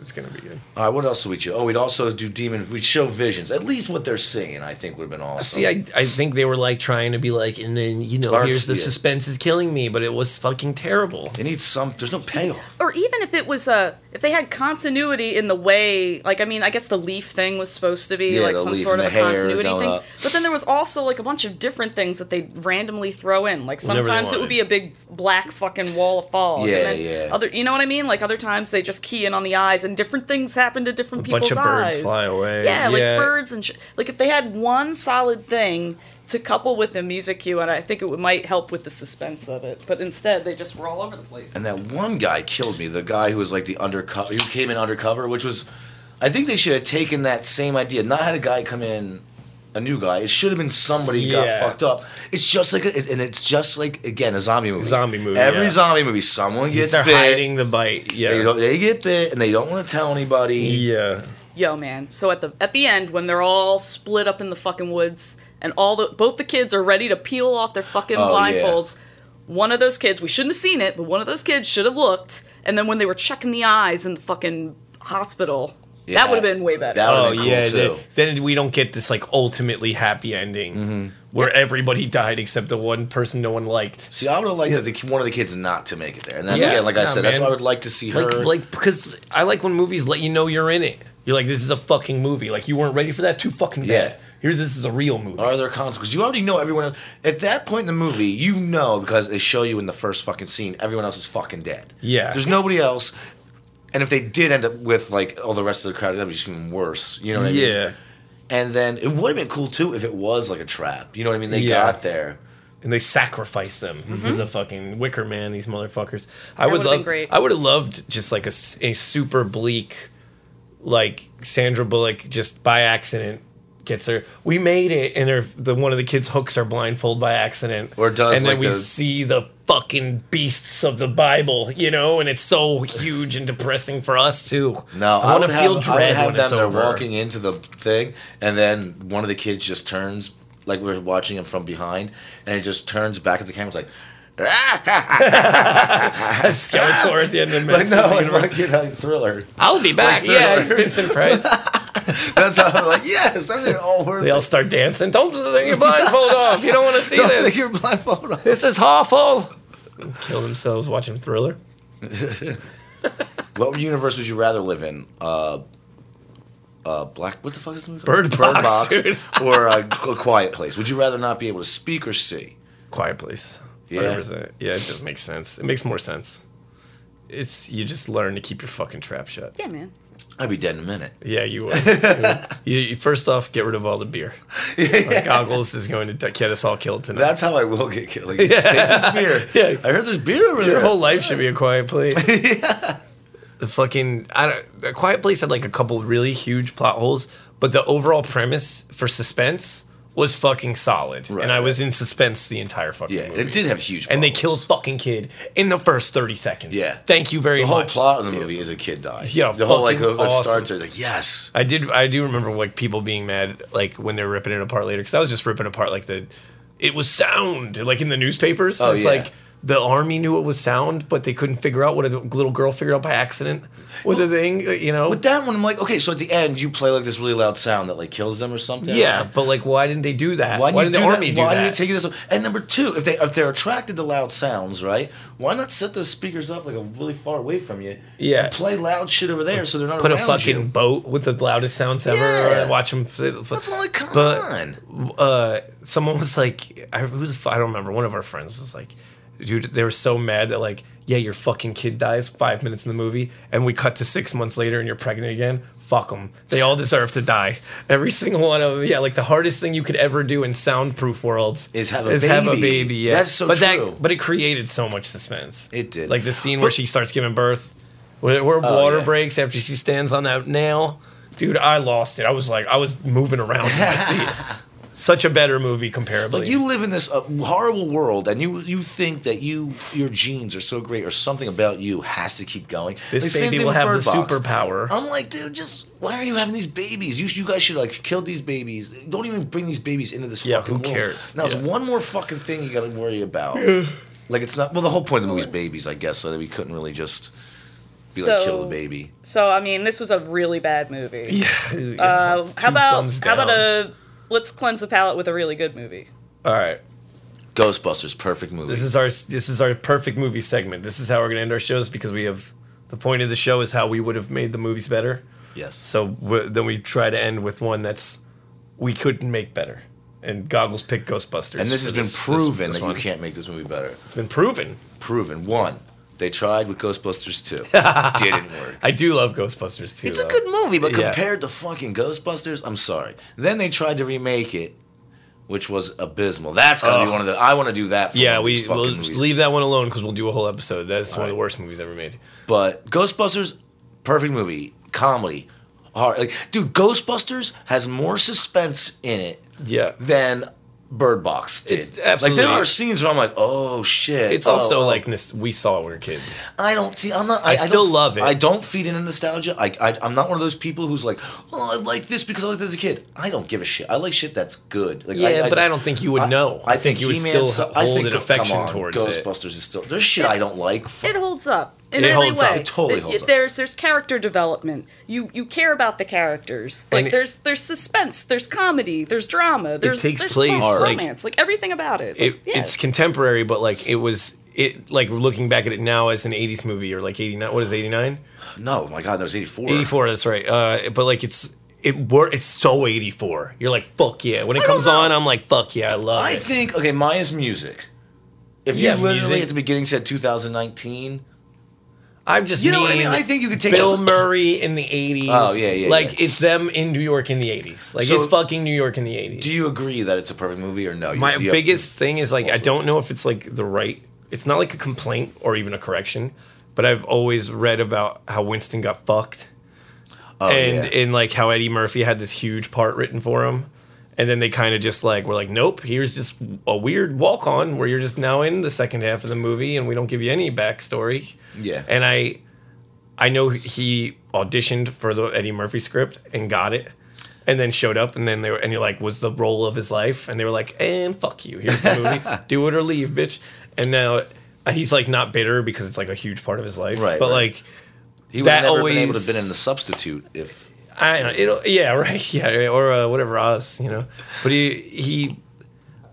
Speaker 2: it's gonna be good.
Speaker 3: All right, what else would we do? Oh, we'd also do demon. We'd show visions. At least what they're saying, I think, would have been awesome.
Speaker 2: See, I I think they were like trying to be like, and then you know
Speaker 3: Arts-
Speaker 2: here's the
Speaker 3: yeah.
Speaker 2: suspense is killing me, but it was fucking terrible.
Speaker 3: they need some. There's no payoff.
Speaker 4: or even if it was a if they had continuity in the way like i mean i guess the leaf thing was supposed to be
Speaker 3: Yeah,
Speaker 4: like
Speaker 3: the
Speaker 4: some
Speaker 3: leaf
Speaker 4: sort of
Speaker 3: and
Speaker 4: a
Speaker 3: the hair
Speaker 4: continuity
Speaker 3: going
Speaker 4: thing
Speaker 3: up.
Speaker 4: but then there was also like a bunch of different things that they randomly throw in like
Speaker 2: Whenever they
Speaker 4: sometimes it would
Speaker 2: wanted.
Speaker 4: be a big black fucking wall of fog
Speaker 3: Yeah,
Speaker 4: and then
Speaker 3: yeah.
Speaker 4: other you know what i mean like other times they just key in on the eyes and different things happen to different
Speaker 2: A
Speaker 4: people's
Speaker 2: bunch of birds
Speaker 4: eyes.
Speaker 2: fly away.
Speaker 4: yeah, like birds and sh- like if they had one solid thing to couple with the music cue and i think it would, might help with the suspense of it but instead they just were all over the place
Speaker 3: And that one guy killed me. The guy who was like the undercover, who came in undercover, which was, I think they should have taken that same idea, not had a guy come in, a new guy. It should have been somebody who got
Speaker 2: Yeah.
Speaker 3: fucked up. It's just like, a, and it's just like again a zombie movie.
Speaker 2: Zombie movie,
Speaker 3: Every
Speaker 2: yeah.
Speaker 3: zombie movie, someone gets
Speaker 2: they're
Speaker 3: bit.
Speaker 2: hiding the bite.
Speaker 3: They,
Speaker 2: Yeah,
Speaker 3: don't, they get bit, and they don't want to tell anybody.
Speaker 2: yeah.
Speaker 4: Yo, man. So at the at the end, when they're all split up in the fucking woods, and all the both the kids are ready to peel off their fucking
Speaker 3: Oh, yeah.
Speaker 4: blindfolds, one of those kids we shouldn't have seen it, but one of those kids should have looked. And then when they were checking the eyes in the fucking hospital,
Speaker 3: Yeah.
Speaker 4: that would have been way better.
Speaker 3: That would've
Speaker 2: Oh
Speaker 3: been cool,
Speaker 2: yeah,
Speaker 3: too.
Speaker 2: the- then we don't get this like ultimately happy ending
Speaker 3: Mm-hmm.
Speaker 2: where everybody died except the one person no one liked.
Speaker 3: See, I would have liked that the, one of the kids not to make it there, and then
Speaker 2: Yeah.
Speaker 3: again, like I
Speaker 2: Nah,
Speaker 3: said, that's
Speaker 2: man.
Speaker 3: why I would like to see her.
Speaker 2: Like like because I like when movies let you know you're in it. You're like this is a fucking movie. Like you weren't ready for that. Too fucking bad.
Speaker 3: Yeah.
Speaker 2: Here's this is a real movie.
Speaker 3: are there consequences? You already know everyone. Else. At that point in the movie, you know because they show you in the first fucking scene, everyone else is fucking dead.
Speaker 2: Yeah.
Speaker 3: there's nobody else. And if they did end up with like all the rest of the crowd, that'd be just even worse. You know what I mean?
Speaker 2: yeah,
Speaker 3: And then it would have been cool too if it was like a trap. You know what I mean? They
Speaker 2: Yeah.
Speaker 3: got there.
Speaker 2: and they sacrifice them to the fucking Wicker Man. These motherfuckers. I would
Speaker 4: Mm-hmm. would've been
Speaker 2: love.
Speaker 4: great.
Speaker 2: I would have loved just like a, s- a super bleak, like Sandra Bullock just by accident gets her. We made it, and her the one of the kids hooks her blindfold by accident,
Speaker 3: Or does,
Speaker 2: and then
Speaker 3: like,
Speaker 2: we
Speaker 3: the-
Speaker 2: see the fucking beasts of the Bible, you know, and it's so huge and depressing for us too.
Speaker 3: No, I,
Speaker 2: I want
Speaker 3: would
Speaker 2: to feel
Speaker 3: have,
Speaker 2: dread
Speaker 3: I would have
Speaker 2: when
Speaker 3: them.
Speaker 2: it's
Speaker 3: they're
Speaker 2: over.
Speaker 3: walking into the thing, and then one of the kids just turns, like we're watching him from behind, and it just turns back at the camera, it's like,
Speaker 2: Skeletor at the end of
Speaker 3: like
Speaker 2: Masters
Speaker 3: no,
Speaker 2: of the
Speaker 3: like,
Speaker 2: Universe.
Speaker 3: like, you know, like thriller.
Speaker 2: I'll be back.
Speaker 3: Like,
Speaker 2: yeah,
Speaker 3: they're-
Speaker 2: it's Vincent Price.
Speaker 3: That's how I'm like, yes, I'm in all worth
Speaker 2: They all start dancing. Don't take your blindfold off. You don't want to see
Speaker 3: Don't
Speaker 2: this.
Speaker 3: take your blindfold off.
Speaker 2: This is awful. Kill themselves watching Thriller.
Speaker 3: What universe would you rather live in? Uh, uh, black. What the fuck is this movie? called?
Speaker 2: Bird Box, dude.
Speaker 3: or a, a Quiet Place. Would you rather not be able to speak or see?
Speaker 2: Quiet Place.
Speaker 3: Yeah.
Speaker 2: Whatever's in it. Yeah, it just makes sense. It makes more sense. It's you just learn to keep your fucking trap shut.
Speaker 4: Yeah, man.
Speaker 3: I'd be dead in a minute.
Speaker 2: Yeah, you would. you, you first off get rid of all the beer. Our goggles is going to de- get us all killed tonight.
Speaker 3: That's how I will get killed. Like, just take this beer.
Speaker 2: Yeah.
Speaker 3: I heard there's beer over
Speaker 2: Your
Speaker 3: there.
Speaker 2: whole life should be a quiet place. The fucking I don't. The quiet place had like a couple really huge plot holes, but the overall premise for suspense was fucking solid,
Speaker 3: Right,
Speaker 2: and I
Speaker 3: right.
Speaker 2: was in suspense the entire fucking
Speaker 3: yeah,
Speaker 2: movie.
Speaker 3: it did have huge.
Speaker 2: and they
Speaker 3: problems.
Speaker 2: killed fucking kid in the first thirty seconds.
Speaker 3: Yeah.
Speaker 2: thank you very
Speaker 3: The whole
Speaker 2: much.
Speaker 3: plot of the movie is a kid dies.
Speaker 2: Yeah,
Speaker 3: the whole like
Speaker 2: fucking
Speaker 3: it
Speaker 2: awesome.
Speaker 3: starts it's like yes.
Speaker 2: I did. I do remember like people being mad, like when they were ripping it apart later, because I was just ripping apart like the. It was sound, like in the newspapers.
Speaker 3: Oh,
Speaker 2: it's
Speaker 3: yeah.
Speaker 2: like the army knew it was sound, but they couldn't figure out what a little girl figured out by accident with the thing, uh, you know.
Speaker 3: With that one, I'm like, okay, so at the end, you play like this really loud sound that like kills them or something.
Speaker 2: yeah, but like, why didn't they do that?
Speaker 3: Why,
Speaker 2: Why,
Speaker 3: do you
Speaker 2: did the
Speaker 3: do
Speaker 2: army
Speaker 3: that?
Speaker 2: do
Speaker 3: why
Speaker 2: that?
Speaker 3: do you take this? And number two, if they if they're attracted to loud sounds, right? Why not set those speakers up like a really far away from you?
Speaker 2: Yeah.
Speaker 3: and play loud shit over there so they're not
Speaker 2: Put a
Speaker 3: around
Speaker 2: fucking
Speaker 3: you.
Speaker 2: boat with the loudest sounds ever,
Speaker 3: Yeah.
Speaker 2: and watch them. That's
Speaker 3: That's not like come on.
Speaker 2: uh, someone was like, I, who was, I don't remember. One of our friends was like, dude, they were so mad that like, yeah, your fucking kid dies five minutes in the movie, and we cut to six months later, and you're pregnant again. Fuck them. They all deserve to die. Every single one of them. Yeah, like the hardest thing you could ever do in soundproof worlds
Speaker 3: Is have a
Speaker 2: have
Speaker 3: baby.
Speaker 2: baby, Yeah,
Speaker 3: That's so
Speaker 2: but
Speaker 3: true.
Speaker 2: but it created so much suspense.
Speaker 3: It did.
Speaker 2: Like the scene where
Speaker 3: But- Oh,
Speaker 2: she starts giving birth, where, where water
Speaker 3: yeah.
Speaker 2: breaks after she stands on that nail. Dude, I lost it. I was like, I was moving around. when I see it such a better movie comparably.
Speaker 3: Like you live in this uh, horrible world, and you you think that you your genes are so great, or something about you has to keep going.
Speaker 2: This
Speaker 3: Like, same
Speaker 2: baby
Speaker 3: thing
Speaker 2: will
Speaker 3: with
Speaker 2: have
Speaker 3: Bird
Speaker 2: the
Speaker 3: Box. Uh,
Speaker 2: superpower.
Speaker 3: I'm like, dude, just why are you having these babies? You, you guys should like kill these babies. Don't even bring these babies into this
Speaker 2: Yeah,
Speaker 3: fucking
Speaker 2: who
Speaker 3: world.
Speaker 2: cares?
Speaker 3: Now it's
Speaker 2: Yeah.
Speaker 3: one more fucking thing you got to worry about. like it's not well. The whole point of the movie's babies, I guess, so that we couldn't really just be like kill
Speaker 4: So-
Speaker 3: the baby.
Speaker 4: So I mean, this was a really bad movie.
Speaker 2: yeah.
Speaker 4: Uh,
Speaker 2: Two
Speaker 4: how
Speaker 2: thumbs
Speaker 4: about how about
Speaker 2: down.
Speaker 4: a let's cleanse the palate with a really good movie?
Speaker 2: All right.
Speaker 3: Ghostbusters, perfect movie.
Speaker 2: This is our this is our perfect movie segment. This is how we're gonna end our shows because we have the point of the show is how we would have made the movies better.
Speaker 3: yes.
Speaker 2: So w- then we try to end with one that's we couldn't make better. And goggles pick Ghostbusters.
Speaker 3: And this
Speaker 2: for
Speaker 3: has been
Speaker 2: this-
Speaker 3: proven
Speaker 2: this- this
Speaker 3: that
Speaker 2: one.
Speaker 3: you can't make this movie better.
Speaker 2: It's been proven.
Speaker 3: proven. One, they tried with Ghostbusters 2. Didn't work.
Speaker 2: I do love Ghostbusters too.
Speaker 3: It's a
Speaker 2: though.
Speaker 3: good movie, but
Speaker 2: Yeah.
Speaker 3: compared to fucking Ghostbusters, I'm sorry. Then they tried to remake it, which was abysmal. That's gonna be
Speaker 2: Ugh.
Speaker 3: one of the. I want to do that. For
Speaker 2: Yeah,
Speaker 3: one of
Speaker 2: we
Speaker 3: these fucking
Speaker 2: we'll
Speaker 3: movies.
Speaker 2: leave that one alone because we'll do a whole episode. That's one of
Speaker 3: right.
Speaker 2: the worst movies ever made.
Speaker 3: But Ghostbusters, perfect movie, comedy, hard. Like, dude, Ghostbusters has more suspense in it
Speaker 2: Yeah.
Speaker 3: than Bird Box did.
Speaker 2: It's absolutely-
Speaker 3: Like, there are scenes where I'm like, oh shit.
Speaker 2: It's
Speaker 3: oh,
Speaker 2: also
Speaker 3: oh.
Speaker 2: like this, we saw it when we were kids.
Speaker 3: I don't see. I'm not. I, don't-
Speaker 2: still love it.
Speaker 3: I don't feed into nostalgia. I, I I'm not one of those people who's like, oh, I like this because I liked it as a kid. I don't give a shit. I like shit that's good. Like,
Speaker 2: Yeah, but I don't think you would know.
Speaker 3: I, think,
Speaker 2: you would
Speaker 3: He-Man
Speaker 2: still
Speaker 3: su-
Speaker 2: hold
Speaker 3: I think,
Speaker 2: an
Speaker 3: come
Speaker 2: affection
Speaker 3: on,
Speaker 2: towards it.
Speaker 3: Ghostbusters is still there's shit I don't like. Fuck.
Speaker 4: It holds up in
Speaker 2: It
Speaker 4: every
Speaker 2: holds
Speaker 4: way.
Speaker 2: up. It
Speaker 3: totally holds up.
Speaker 4: There's there's character development. You you care about the characters. Like
Speaker 2: And it-
Speaker 4: there's there's suspense. There's comedy. There's drama. There's
Speaker 2: takes
Speaker 4: there's
Speaker 2: place,
Speaker 4: plot,
Speaker 2: like-
Speaker 4: romance. Like everything about it. Like,
Speaker 2: it
Speaker 4: yeah.
Speaker 2: it's contemporary, but like it was it like looking back at it now as an '80s movie or like '89. What is '89?
Speaker 3: No, my God, that was '84.
Speaker 2: '84. That's right. Uh, but like it's it were it's so '84. You're like fuck yeah. When it comes
Speaker 3: know.
Speaker 2: on, I'm like fuck yeah. I love
Speaker 3: I
Speaker 2: it.
Speaker 3: think okay, Maya's music. If
Speaker 2: Yeah,
Speaker 3: you literally
Speaker 2: music.
Speaker 3: at the beginning said 2019,
Speaker 2: I'm just
Speaker 3: you know what I mean.
Speaker 2: mean,
Speaker 3: I think you could take
Speaker 2: Bill
Speaker 3: that-
Speaker 2: Murray in the '80s.
Speaker 3: Oh, yeah, yeah,
Speaker 2: Like
Speaker 3: yeah.
Speaker 2: it's them in New York in the '80s. Like
Speaker 3: So-
Speaker 2: it's fucking New York in the '80s.
Speaker 3: Do you agree that it's a perfect movie or no? You-
Speaker 2: My
Speaker 3: do you-
Speaker 2: biggest thing is like I don't know if it's like the right. It's not like a complaint or even a correction, but I've always read about how Winston got fucked. and
Speaker 3: Oh, yeah.
Speaker 2: in like how Eddie Murphy had this huge part written for him. And then they kind of just like were like, nope, here's just a weird walk on where you're just now in the second half of the movie and we don't give you any backstory.
Speaker 3: Yeah.
Speaker 2: And I I know he auditioned for the Eddie Murphy script and got it. And then showed up, and then they were, and you're like, was the role of his life? And they were like, and fuck you, here's the movie, do it or leave, bitch. And now uh, he's like not bitter because it's like a huge part of his life,
Speaker 3: Right,
Speaker 2: But
Speaker 3: right.
Speaker 2: like,
Speaker 3: He would have
Speaker 2: That
Speaker 3: never been able to
Speaker 2: always-
Speaker 3: have been in the substitute if
Speaker 2: I don't know. It'll, yeah, right. Yeah, or uh, whatever Oz, you know. But he, he,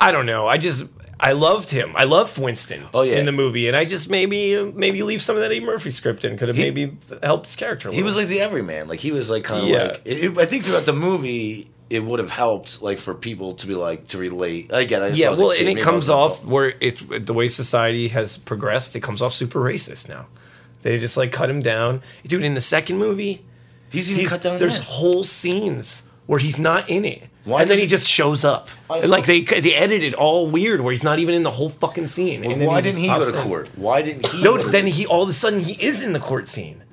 Speaker 2: I don't know. I just, I loved him. I loved Winston.
Speaker 3: Oh, yeah.
Speaker 2: in the movie, and I just maybe, maybe leave some of that Eddie Murphy script in. Could have
Speaker 3: He-
Speaker 2: maybe helped his character. A
Speaker 3: he
Speaker 2: little.
Speaker 3: was like the everyman. Like he was like kind of
Speaker 2: Yeah.
Speaker 3: like it, it- I think throughout the movie it would have helped like for people to be like to relate. Again, I just
Speaker 2: yeah.
Speaker 3: was a
Speaker 2: Well,
Speaker 3: kid,
Speaker 2: and it
Speaker 3: maybe I
Speaker 2: comes
Speaker 3: was an
Speaker 2: off
Speaker 3: adult.
Speaker 2: where it's the way society has progressed. It comes off super racist now. They just like cut him down, dude. In the second movie,
Speaker 3: He's even
Speaker 2: he's-
Speaker 3: cut down. to
Speaker 2: there's
Speaker 3: that.
Speaker 2: whole scenes where he's not in it.
Speaker 3: Why
Speaker 2: and then
Speaker 3: does
Speaker 2: he
Speaker 3: it-
Speaker 2: just shows up.
Speaker 3: I-
Speaker 2: And, like they they edited all weird where he's not even in the whole fucking scene. and then
Speaker 3: Why
Speaker 2: just
Speaker 3: didn't he go
Speaker 2: pops
Speaker 3: to
Speaker 2: in.
Speaker 3: court? Why didn't he?
Speaker 2: No,
Speaker 3: go to-
Speaker 2: then he all of a sudden he is in the court scene.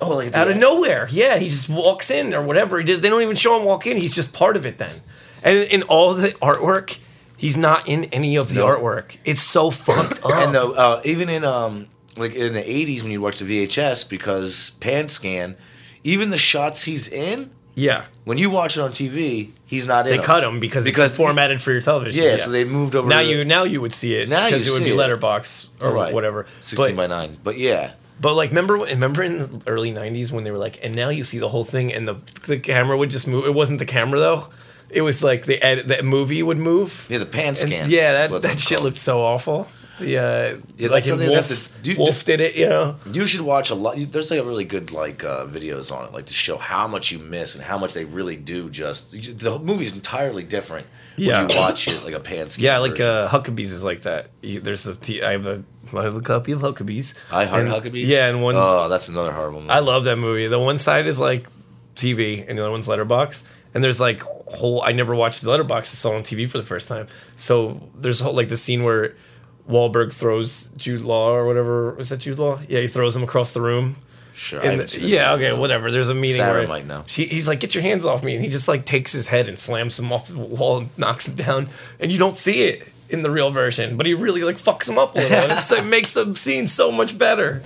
Speaker 3: oh, like at the
Speaker 2: Out of
Speaker 3: end.
Speaker 2: nowhere. Yeah, he just walks in or whatever. He did, they don't even show him walk in. He's just part of it then. And in all the artwork, he's not in any of the artwork. It's so fucked up.
Speaker 3: And the, uh, even in um, like in the '80s when you watch the VHS because pan scan, even the shots he's in
Speaker 2: yeah.
Speaker 3: when you watch it on TV, he's not in.
Speaker 2: They
Speaker 3: them.
Speaker 2: cut him because,
Speaker 3: Because-
Speaker 2: it's formatted for your television.
Speaker 3: Yeah, so they moved over.
Speaker 2: now
Speaker 3: to
Speaker 2: you now you would see it
Speaker 3: Now you
Speaker 2: because it would
Speaker 3: see
Speaker 2: be
Speaker 3: it.
Speaker 2: letterbox or
Speaker 3: right,
Speaker 2: whatever.
Speaker 3: sixteen
Speaker 2: But-
Speaker 3: by nine. But yeah,
Speaker 2: But like, remember, remember in the early '90s when they were like, and now you see the whole thing, and the the camera would just move. It wasn't the camera though; it was like the ed- the movie would move.
Speaker 3: yeah, the pan
Speaker 2: And-
Speaker 3: scan.
Speaker 2: yeah,
Speaker 3: is
Speaker 2: that
Speaker 3: what
Speaker 2: that
Speaker 3: it's
Speaker 2: shit
Speaker 3: called.
Speaker 2: looked so awful. Yeah,
Speaker 3: Yeah,
Speaker 2: like
Speaker 3: that's
Speaker 2: in
Speaker 3: something
Speaker 2: Wolf,
Speaker 3: that the- you-
Speaker 2: Wolf did it. You know,
Speaker 3: You should watch a lot. you- There's like a really good like uh, videos on it, like to show how much you miss and how much they really do. Just you- the whole movie's entirely different
Speaker 2: Yeah.
Speaker 3: when you watch it like a pan scan.
Speaker 2: yeah, like
Speaker 3: version.
Speaker 2: uh, Huckabees is like that. You, there's the t- I have a I have a copy of Huckabees.
Speaker 3: I Heart
Speaker 2: And-
Speaker 3: Huckabees.
Speaker 2: Yeah, and one
Speaker 3: Oh, that's another horrible movie.
Speaker 2: I love that movie. The one side is like TV, and the other one's letterbox. And there's like whole. I never watched the letterbox. I saw it on TV for the first time. So there's whole, like the scene where Wahlberg throws Jude Law or whatever. Was that Jude Law? Yeah, he throws him across the room.
Speaker 3: sure. I
Speaker 2: And
Speaker 3: haven't
Speaker 2: the-
Speaker 3: seen it.
Speaker 2: yeah, okay, whatever. There's a meeting
Speaker 3: Sarah
Speaker 2: where
Speaker 3: might know.
Speaker 2: She, he's like, "Get your hands off me!" And he just like takes his head and slams him off the wall and knocks him down. And you don't see it in the real version, but he really like fucks him up a little. and it's, it makes the scene so much better.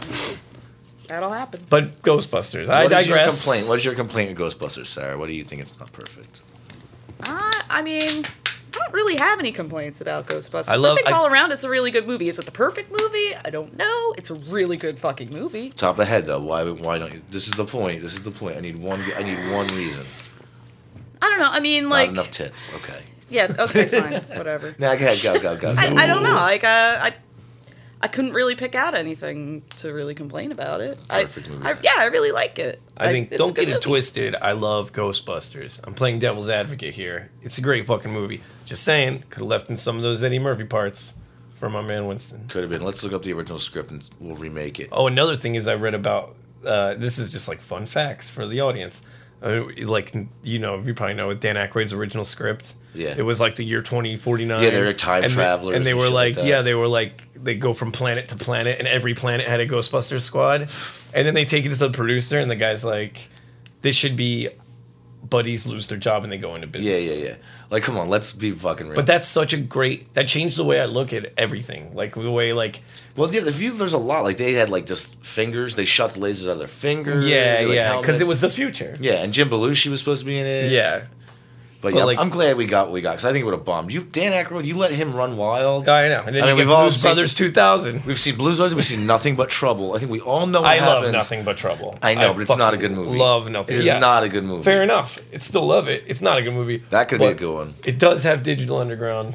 Speaker 4: That'll happen.
Speaker 2: But Ghostbusters, I
Speaker 3: What is
Speaker 2: digress.
Speaker 3: your complaint? What is your complaint in Ghostbusters, Sarah? What do you think it's not perfect?
Speaker 4: Uh, I mean, I don't really have any complaints about Ghostbusters.
Speaker 2: I love-
Speaker 4: think
Speaker 2: I-
Speaker 4: all around it's a really good movie. Is it the perfect movie? I don't know. It's a really good fucking movie.
Speaker 3: Top of head though, why why don't you? This is the point. This is the point. I need one. I need one reason.
Speaker 4: I don't know. I mean, like,
Speaker 3: not enough tits. Okay.
Speaker 4: yeah, okay, fine, whatever.
Speaker 3: Now go ahead. Go go go.
Speaker 4: I,
Speaker 3: go.
Speaker 4: I don't know. Like, uh, I, I couldn't really pick out anything to really complain about it. I,
Speaker 3: Perfect movie.
Speaker 4: I, yeah, I really like it.
Speaker 2: I think
Speaker 4: it's a
Speaker 2: don't
Speaker 4: good
Speaker 2: get it
Speaker 4: movie.
Speaker 2: twisted. I love Ghostbusters. I'm playing devil's advocate here. It's a great fucking movie. Just saying, could have left in some of those Eddie Murphy parts for my man Winston.
Speaker 3: Could have been. Let's look up the original script and we'll remake it.
Speaker 2: Oh, another thing is I read about. Uh, this is just like fun facts for the audience. Uh, like you know, you probably know Dan Aykroyd's original script.
Speaker 3: Yeah.
Speaker 2: it was like the year 2049.
Speaker 3: Yeah, they were like time
Speaker 2: and they-
Speaker 3: travelers
Speaker 2: and they
Speaker 3: and
Speaker 2: were
Speaker 3: shit like
Speaker 2: like,
Speaker 3: that.
Speaker 2: yeah, they were like they go from planet to planet, and every planet had a Ghostbusters squad. And then they take it to the producer, and the guy's like, "This should be." Buddies lose their job and they go into business.
Speaker 3: Yeah, yeah, yeah. Like, come on, let's be fucking real.
Speaker 2: But that's such a great. That changed the way I look at everything. Like the way, like
Speaker 3: well, yeah, the view. There's a lot. Like, they had like just fingers. They shot the lasers out of their fingers.
Speaker 2: yeah,
Speaker 3: and, like,
Speaker 2: yeah, because
Speaker 3: helmets.
Speaker 2: it was the future.
Speaker 3: Yeah, and Jim Belushi was supposed to be in it.
Speaker 2: yeah.
Speaker 3: but,
Speaker 2: but,
Speaker 3: yeah,
Speaker 2: like-
Speaker 3: I'm glad we got what we got because I think it would have bombed. You, Dan Aykroyd, you let him run wild.
Speaker 2: I know. And then
Speaker 3: I mean,
Speaker 2: you
Speaker 3: we've
Speaker 2: get
Speaker 3: all
Speaker 2: Blues
Speaker 3: seen-
Speaker 2: Brothers 2000.
Speaker 3: We've seen Blues Brothers. We've seen nothing but trouble. I think we all know what
Speaker 2: I
Speaker 3: happens.
Speaker 2: love nothing but trouble.
Speaker 3: I know,
Speaker 2: I
Speaker 3: but it's not a
Speaker 2: fucking
Speaker 3: good movie.
Speaker 2: Love nothing.
Speaker 3: It is
Speaker 2: Yeah.
Speaker 3: not a good movie.
Speaker 2: Fair enough. It's still love it. It's not a good movie.
Speaker 3: That could be
Speaker 2: But
Speaker 3: a good one.
Speaker 2: It does have Digital Underground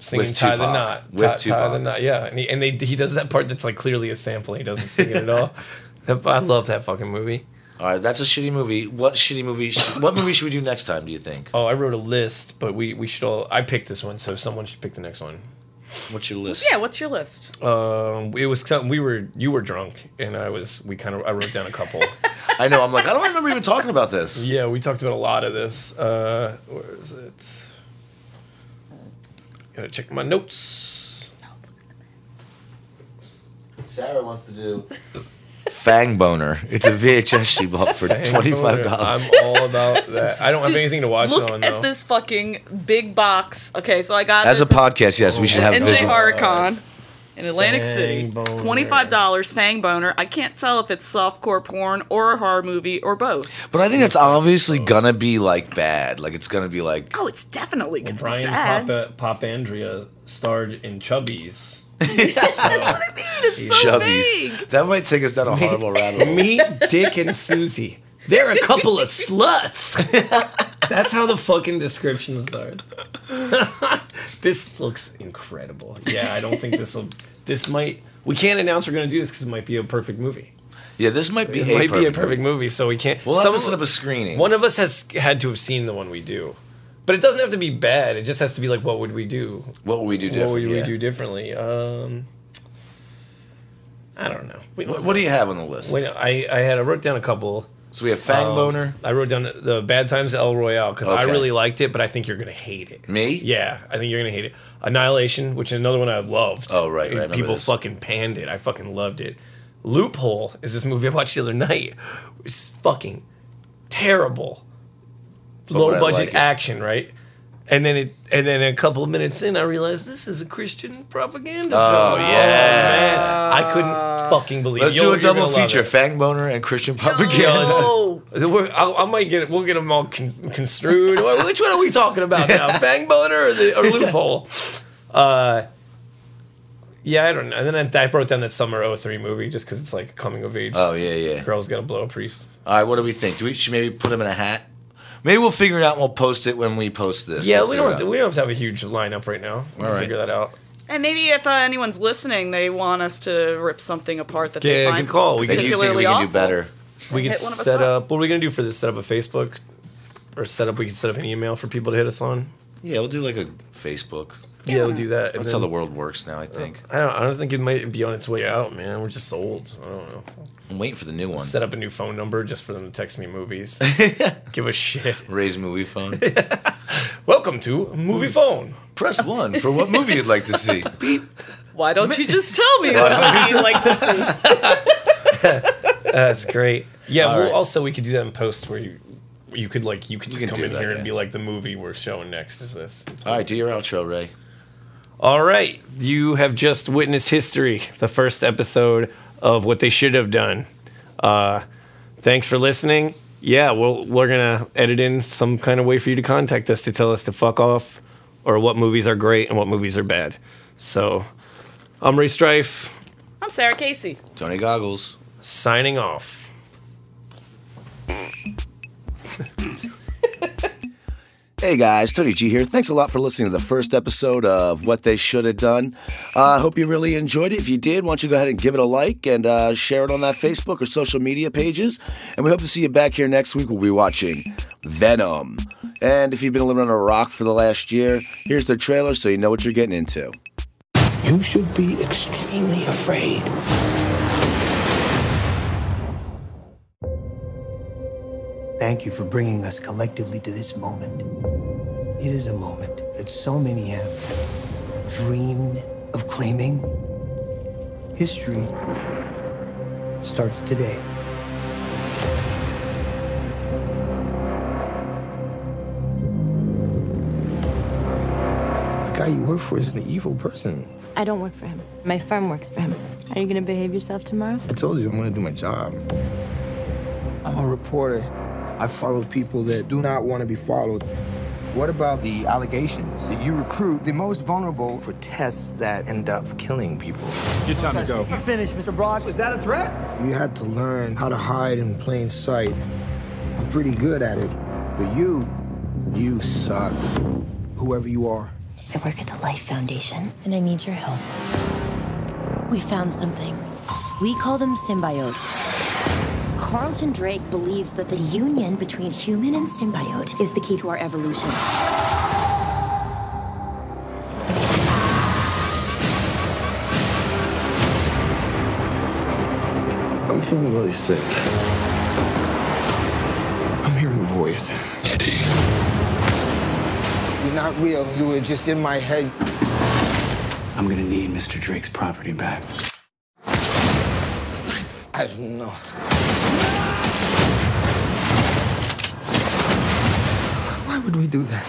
Speaker 2: singing
Speaker 3: With
Speaker 2: Tie the
Speaker 3: Tupac.
Speaker 2: Knot.
Speaker 3: With
Speaker 2: Tie, Tie the
Speaker 3: Tupac.
Speaker 2: Knot. Yeah, and he, and they, he does that part that's like clearly a sample. and He doesn't sing it at all. That- I love that fucking movie.
Speaker 3: All right, that's a shitty movie. What shitty movie? Sh- what movie should we do next time? Do you think?
Speaker 2: Oh, I wrote a list, but we we should all. I picked this one, so someone should pick the next one.
Speaker 3: What's your list?
Speaker 4: Yeah, what's your list?
Speaker 2: Um, it was something we were you were drunk, and I was we kind of I wrote down a couple.
Speaker 3: I know. I'm like, I don't remember even talking about this.
Speaker 2: Yeah, we talked about a lot of this. Uh, where is it? Gotta check my notes.
Speaker 3: Sarah wants to do Fang Boner. It's a VHS she bought for twenty five dollars.
Speaker 2: I'm all about that. I don't have anything to watch
Speaker 4: Look
Speaker 2: on
Speaker 4: at
Speaker 2: though.
Speaker 4: this fucking big box. Okay, so I got
Speaker 3: As a
Speaker 4: this
Speaker 3: podcast, yes, we should have
Speaker 4: NJ
Speaker 3: visual.
Speaker 4: Horicon in Atlantic
Speaker 2: Fang
Speaker 4: City.
Speaker 2: boner.
Speaker 4: Twenty five dollars, fang boner. I can't tell if it's softcore porn or a horror movie or both.
Speaker 3: But I think it's obviously gonna be like bad. Like it's gonna be like
Speaker 4: Oh, it's definitely gonna
Speaker 2: Brian
Speaker 4: be bad.
Speaker 2: Papa, Pop Andrea starred in Chubbies.
Speaker 4: It's so big.
Speaker 3: chubbies. That might take us down a horrible rabbit hole.
Speaker 2: Meet Dick and Susie. They're a couple of sluts. That's how the fucking description starts. this looks incredible. Yeah, I don't think this will. This might. We can't announce we're going to do this because it might be a perfect movie.
Speaker 3: Yeah, this might be
Speaker 2: It
Speaker 3: a
Speaker 2: might be a
Speaker 3: perfect.
Speaker 2: perfect movie, so we can't.
Speaker 3: We'll have to
Speaker 2: some-
Speaker 3: set up a screening.
Speaker 2: One of us has had to have seen the one we do, but it doesn't have to be bad. It just has to be like, what would we do?
Speaker 3: What would we do
Speaker 2: What
Speaker 3: different?
Speaker 2: would we
Speaker 3: yeah.
Speaker 2: do differently? Um, I don't know. We don't
Speaker 3: What, what do you have on the list?
Speaker 2: Wait, I, I had I wrote down a couple.
Speaker 3: so we have Fang
Speaker 2: Um,
Speaker 3: Boner.
Speaker 2: I wrote down the Bad Times at El Royale because I
Speaker 3: Okay.
Speaker 2: really liked it, but I think you're gonna hate it.
Speaker 3: Me?
Speaker 2: Yeah, I think you're gonna hate it. Annihilation, which is another one I loved.
Speaker 3: Oh, right, right, I remember
Speaker 2: People
Speaker 3: this.
Speaker 2: fucking panned it. I fucking loved it. Loophole is this movie I watched the other night. It's fucking terrible. Low
Speaker 3: would I
Speaker 2: budget
Speaker 3: like it?
Speaker 2: action, right? And then it, and then a couple of minutes in, I realized this is a Christian propaganda.
Speaker 3: Oh,
Speaker 2: film.
Speaker 3: yeah.
Speaker 2: man, I couldn't fucking believe.
Speaker 3: Let's
Speaker 2: it.
Speaker 3: do
Speaker 2: You'll-
Speaker 3: a
Speaker 2: you're
Speaker 3: double
Speaker 2: gonna love
Speaker 3: feature:
Speaker 2: it.
Speaker 3: Fang Boner and Christian propaganda.
Speaker 4: Oh,
Speaker 2: We're, I, I might get we'll get them all con, construed. Wh- Which one are we talking about now? Fang boner or the or loophole? Uh, yeah, I don't know. And then I, I wrote down that summer 03 movie just because it's like a coming of age.
Speaker 3: Oh yeah, yeah.
Speaker 2: Girl's got to blow a priest.
Speaker 3: All right, what do we think? Do we should maybe put him in a hat? Maybe we'll figure it out and we'll post it when we post this.
Speaker 2: Yeah,
Speaker 3: We'll
Speaker 2: we
Speaker 3: figure
Speaker 2: don't
Speaker 3: it
Speaker 2: have to,
Speaker 3: out.
Speaker 2: we don't have to have a huge lineup right now. We'll
Speaker 3: All right.
Speaker 2: figure that out.
Speaker 4: and maybe if uh, anyone's listening, they want us to rip something apart that they
Speaker 2: Yeah,
Speaker 4: find
Speaker 2: good call. We
Speaker 3: That
Speaker 2: could,
Speaker 3: you think we
Speaker 4: particularly
Speaker 3: can do
Speaker 4: awful.
Speaker 3: better.
Speaker 2: we could
Speaker 4: hit one of us
Speaker 2: set
Speaker 4: up.
Speaker 2: up. What are we gonna do for this? Set up a Facebook or set up? We could set up an email for people to hit us on.
Speaker 3: Yeah, we'll do like a Facebook.
Speaker 2: Yeah, we'll do that. and
Speaker 3: That's
Speaker 2: then-
Speaker 3: how the world works now. I think.
Speaker 2: I don't, I don't think it might be on its way out, man. We're just old. I don't know.
Speaker 3: I'm waiting for the new one.
Speaker 2: set up a new phone number just for them to text me movies. Give a shit.
Speaker 3: Raise movie phone.
Speaker 2: Welcome to Movie Phone.
Speaker 3: Press one for what movie you'd like to see. Beep.
Speaker 4: Why don't you just tell me what
Speaker 3: don't
Speaker 4: you like to see?
Speaker 2: That's great. Yeah.
Speaker 3: All
Speaker 2: Well,
Speaker 3: right.
Speaker 2: also we could do that in post where you you could like you could just
Speaker 3: can
Speaker 2: come
Speaker 3: do
Speaker 2: in
Speaker 3: that,
Speaker 2: here
Speaker 3: yeah.
Speaker 2: and be like the movie we're showing next is this.
Speaker 3: All right, do your outro, Ray.
Speaker 2: All right, you have just witnessed history. The first episode of what they should have done. Uh, thanks for listening. Yeah, we'll, we're gonna edit in some kind of way for you to contact us to tell us to fuck off, or what movies are great and what movies are bad. So, I'm Ray Strife
Speaker 4: I'm Sarah Casey.
Speaker 3: Tony Goggles.
Speaker 2: signing off.
Speaker 1: Hey guys, Tony G here. Thanks a lot for listening to the first episode of What They Should Have Done. I uh, hope you really enjoyed it. If you did, why don't you go ahead and give it a like and uh, share it on that Facebook or social media pages. And we hope to see you back here next week. We'll be watching Venom. And if you've been living under a rock for the last year, here's the trailer so you know what you're getting into.
Speaker 5: You should be extremely afraid. Thank you for bringing us collectively to this moment. It is a moment that so many have dreamed of claiming. History starts today.
Speaker 6: The guy you work for is an evil person.
Speaker 7: I don't work for him. My firm works for him. Are you gonna behave yourself tomorrow?
Speaker 6: I told you I'm gonna do my job. I'm a reporter. I follow people that do not want to be followed. What about the allegations that you recruit the most vulnerable for tests that end up killing people?
Speaker 8: Your time to
Speaker 6: You
Speaker 8: go.
Speaker 6: had to learn how to hide in plain sight. I'm pretty good at it, but you, you suck. Whoever you are.
Speaker 9: I work at the Life Foundation, and I need your help. We found something. We call them symbiotes. Carlton Drake believes that the union between human and symbiote is the key to our evolution.
Speaker 6: I'm feeling really sick. I'm hearing a voice. Eddie. You're not real. You were just in my head.
Speaker 5: I'm gonna need Mr. Drake's property back.
Speaker 6: I don't know. Why would we do that?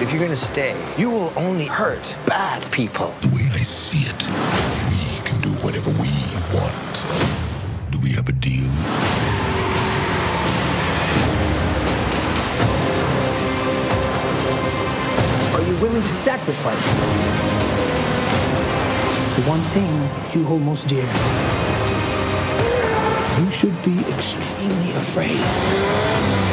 Speaker 6: If you're gonna stay, you will only hurt bad people.
Speaker 8: The way I see it, we can do whatever we want. Do we have a deal?
Speaker 1: Are you willing to sacrifice the one thing you hold most dear? You should be extremely afraid.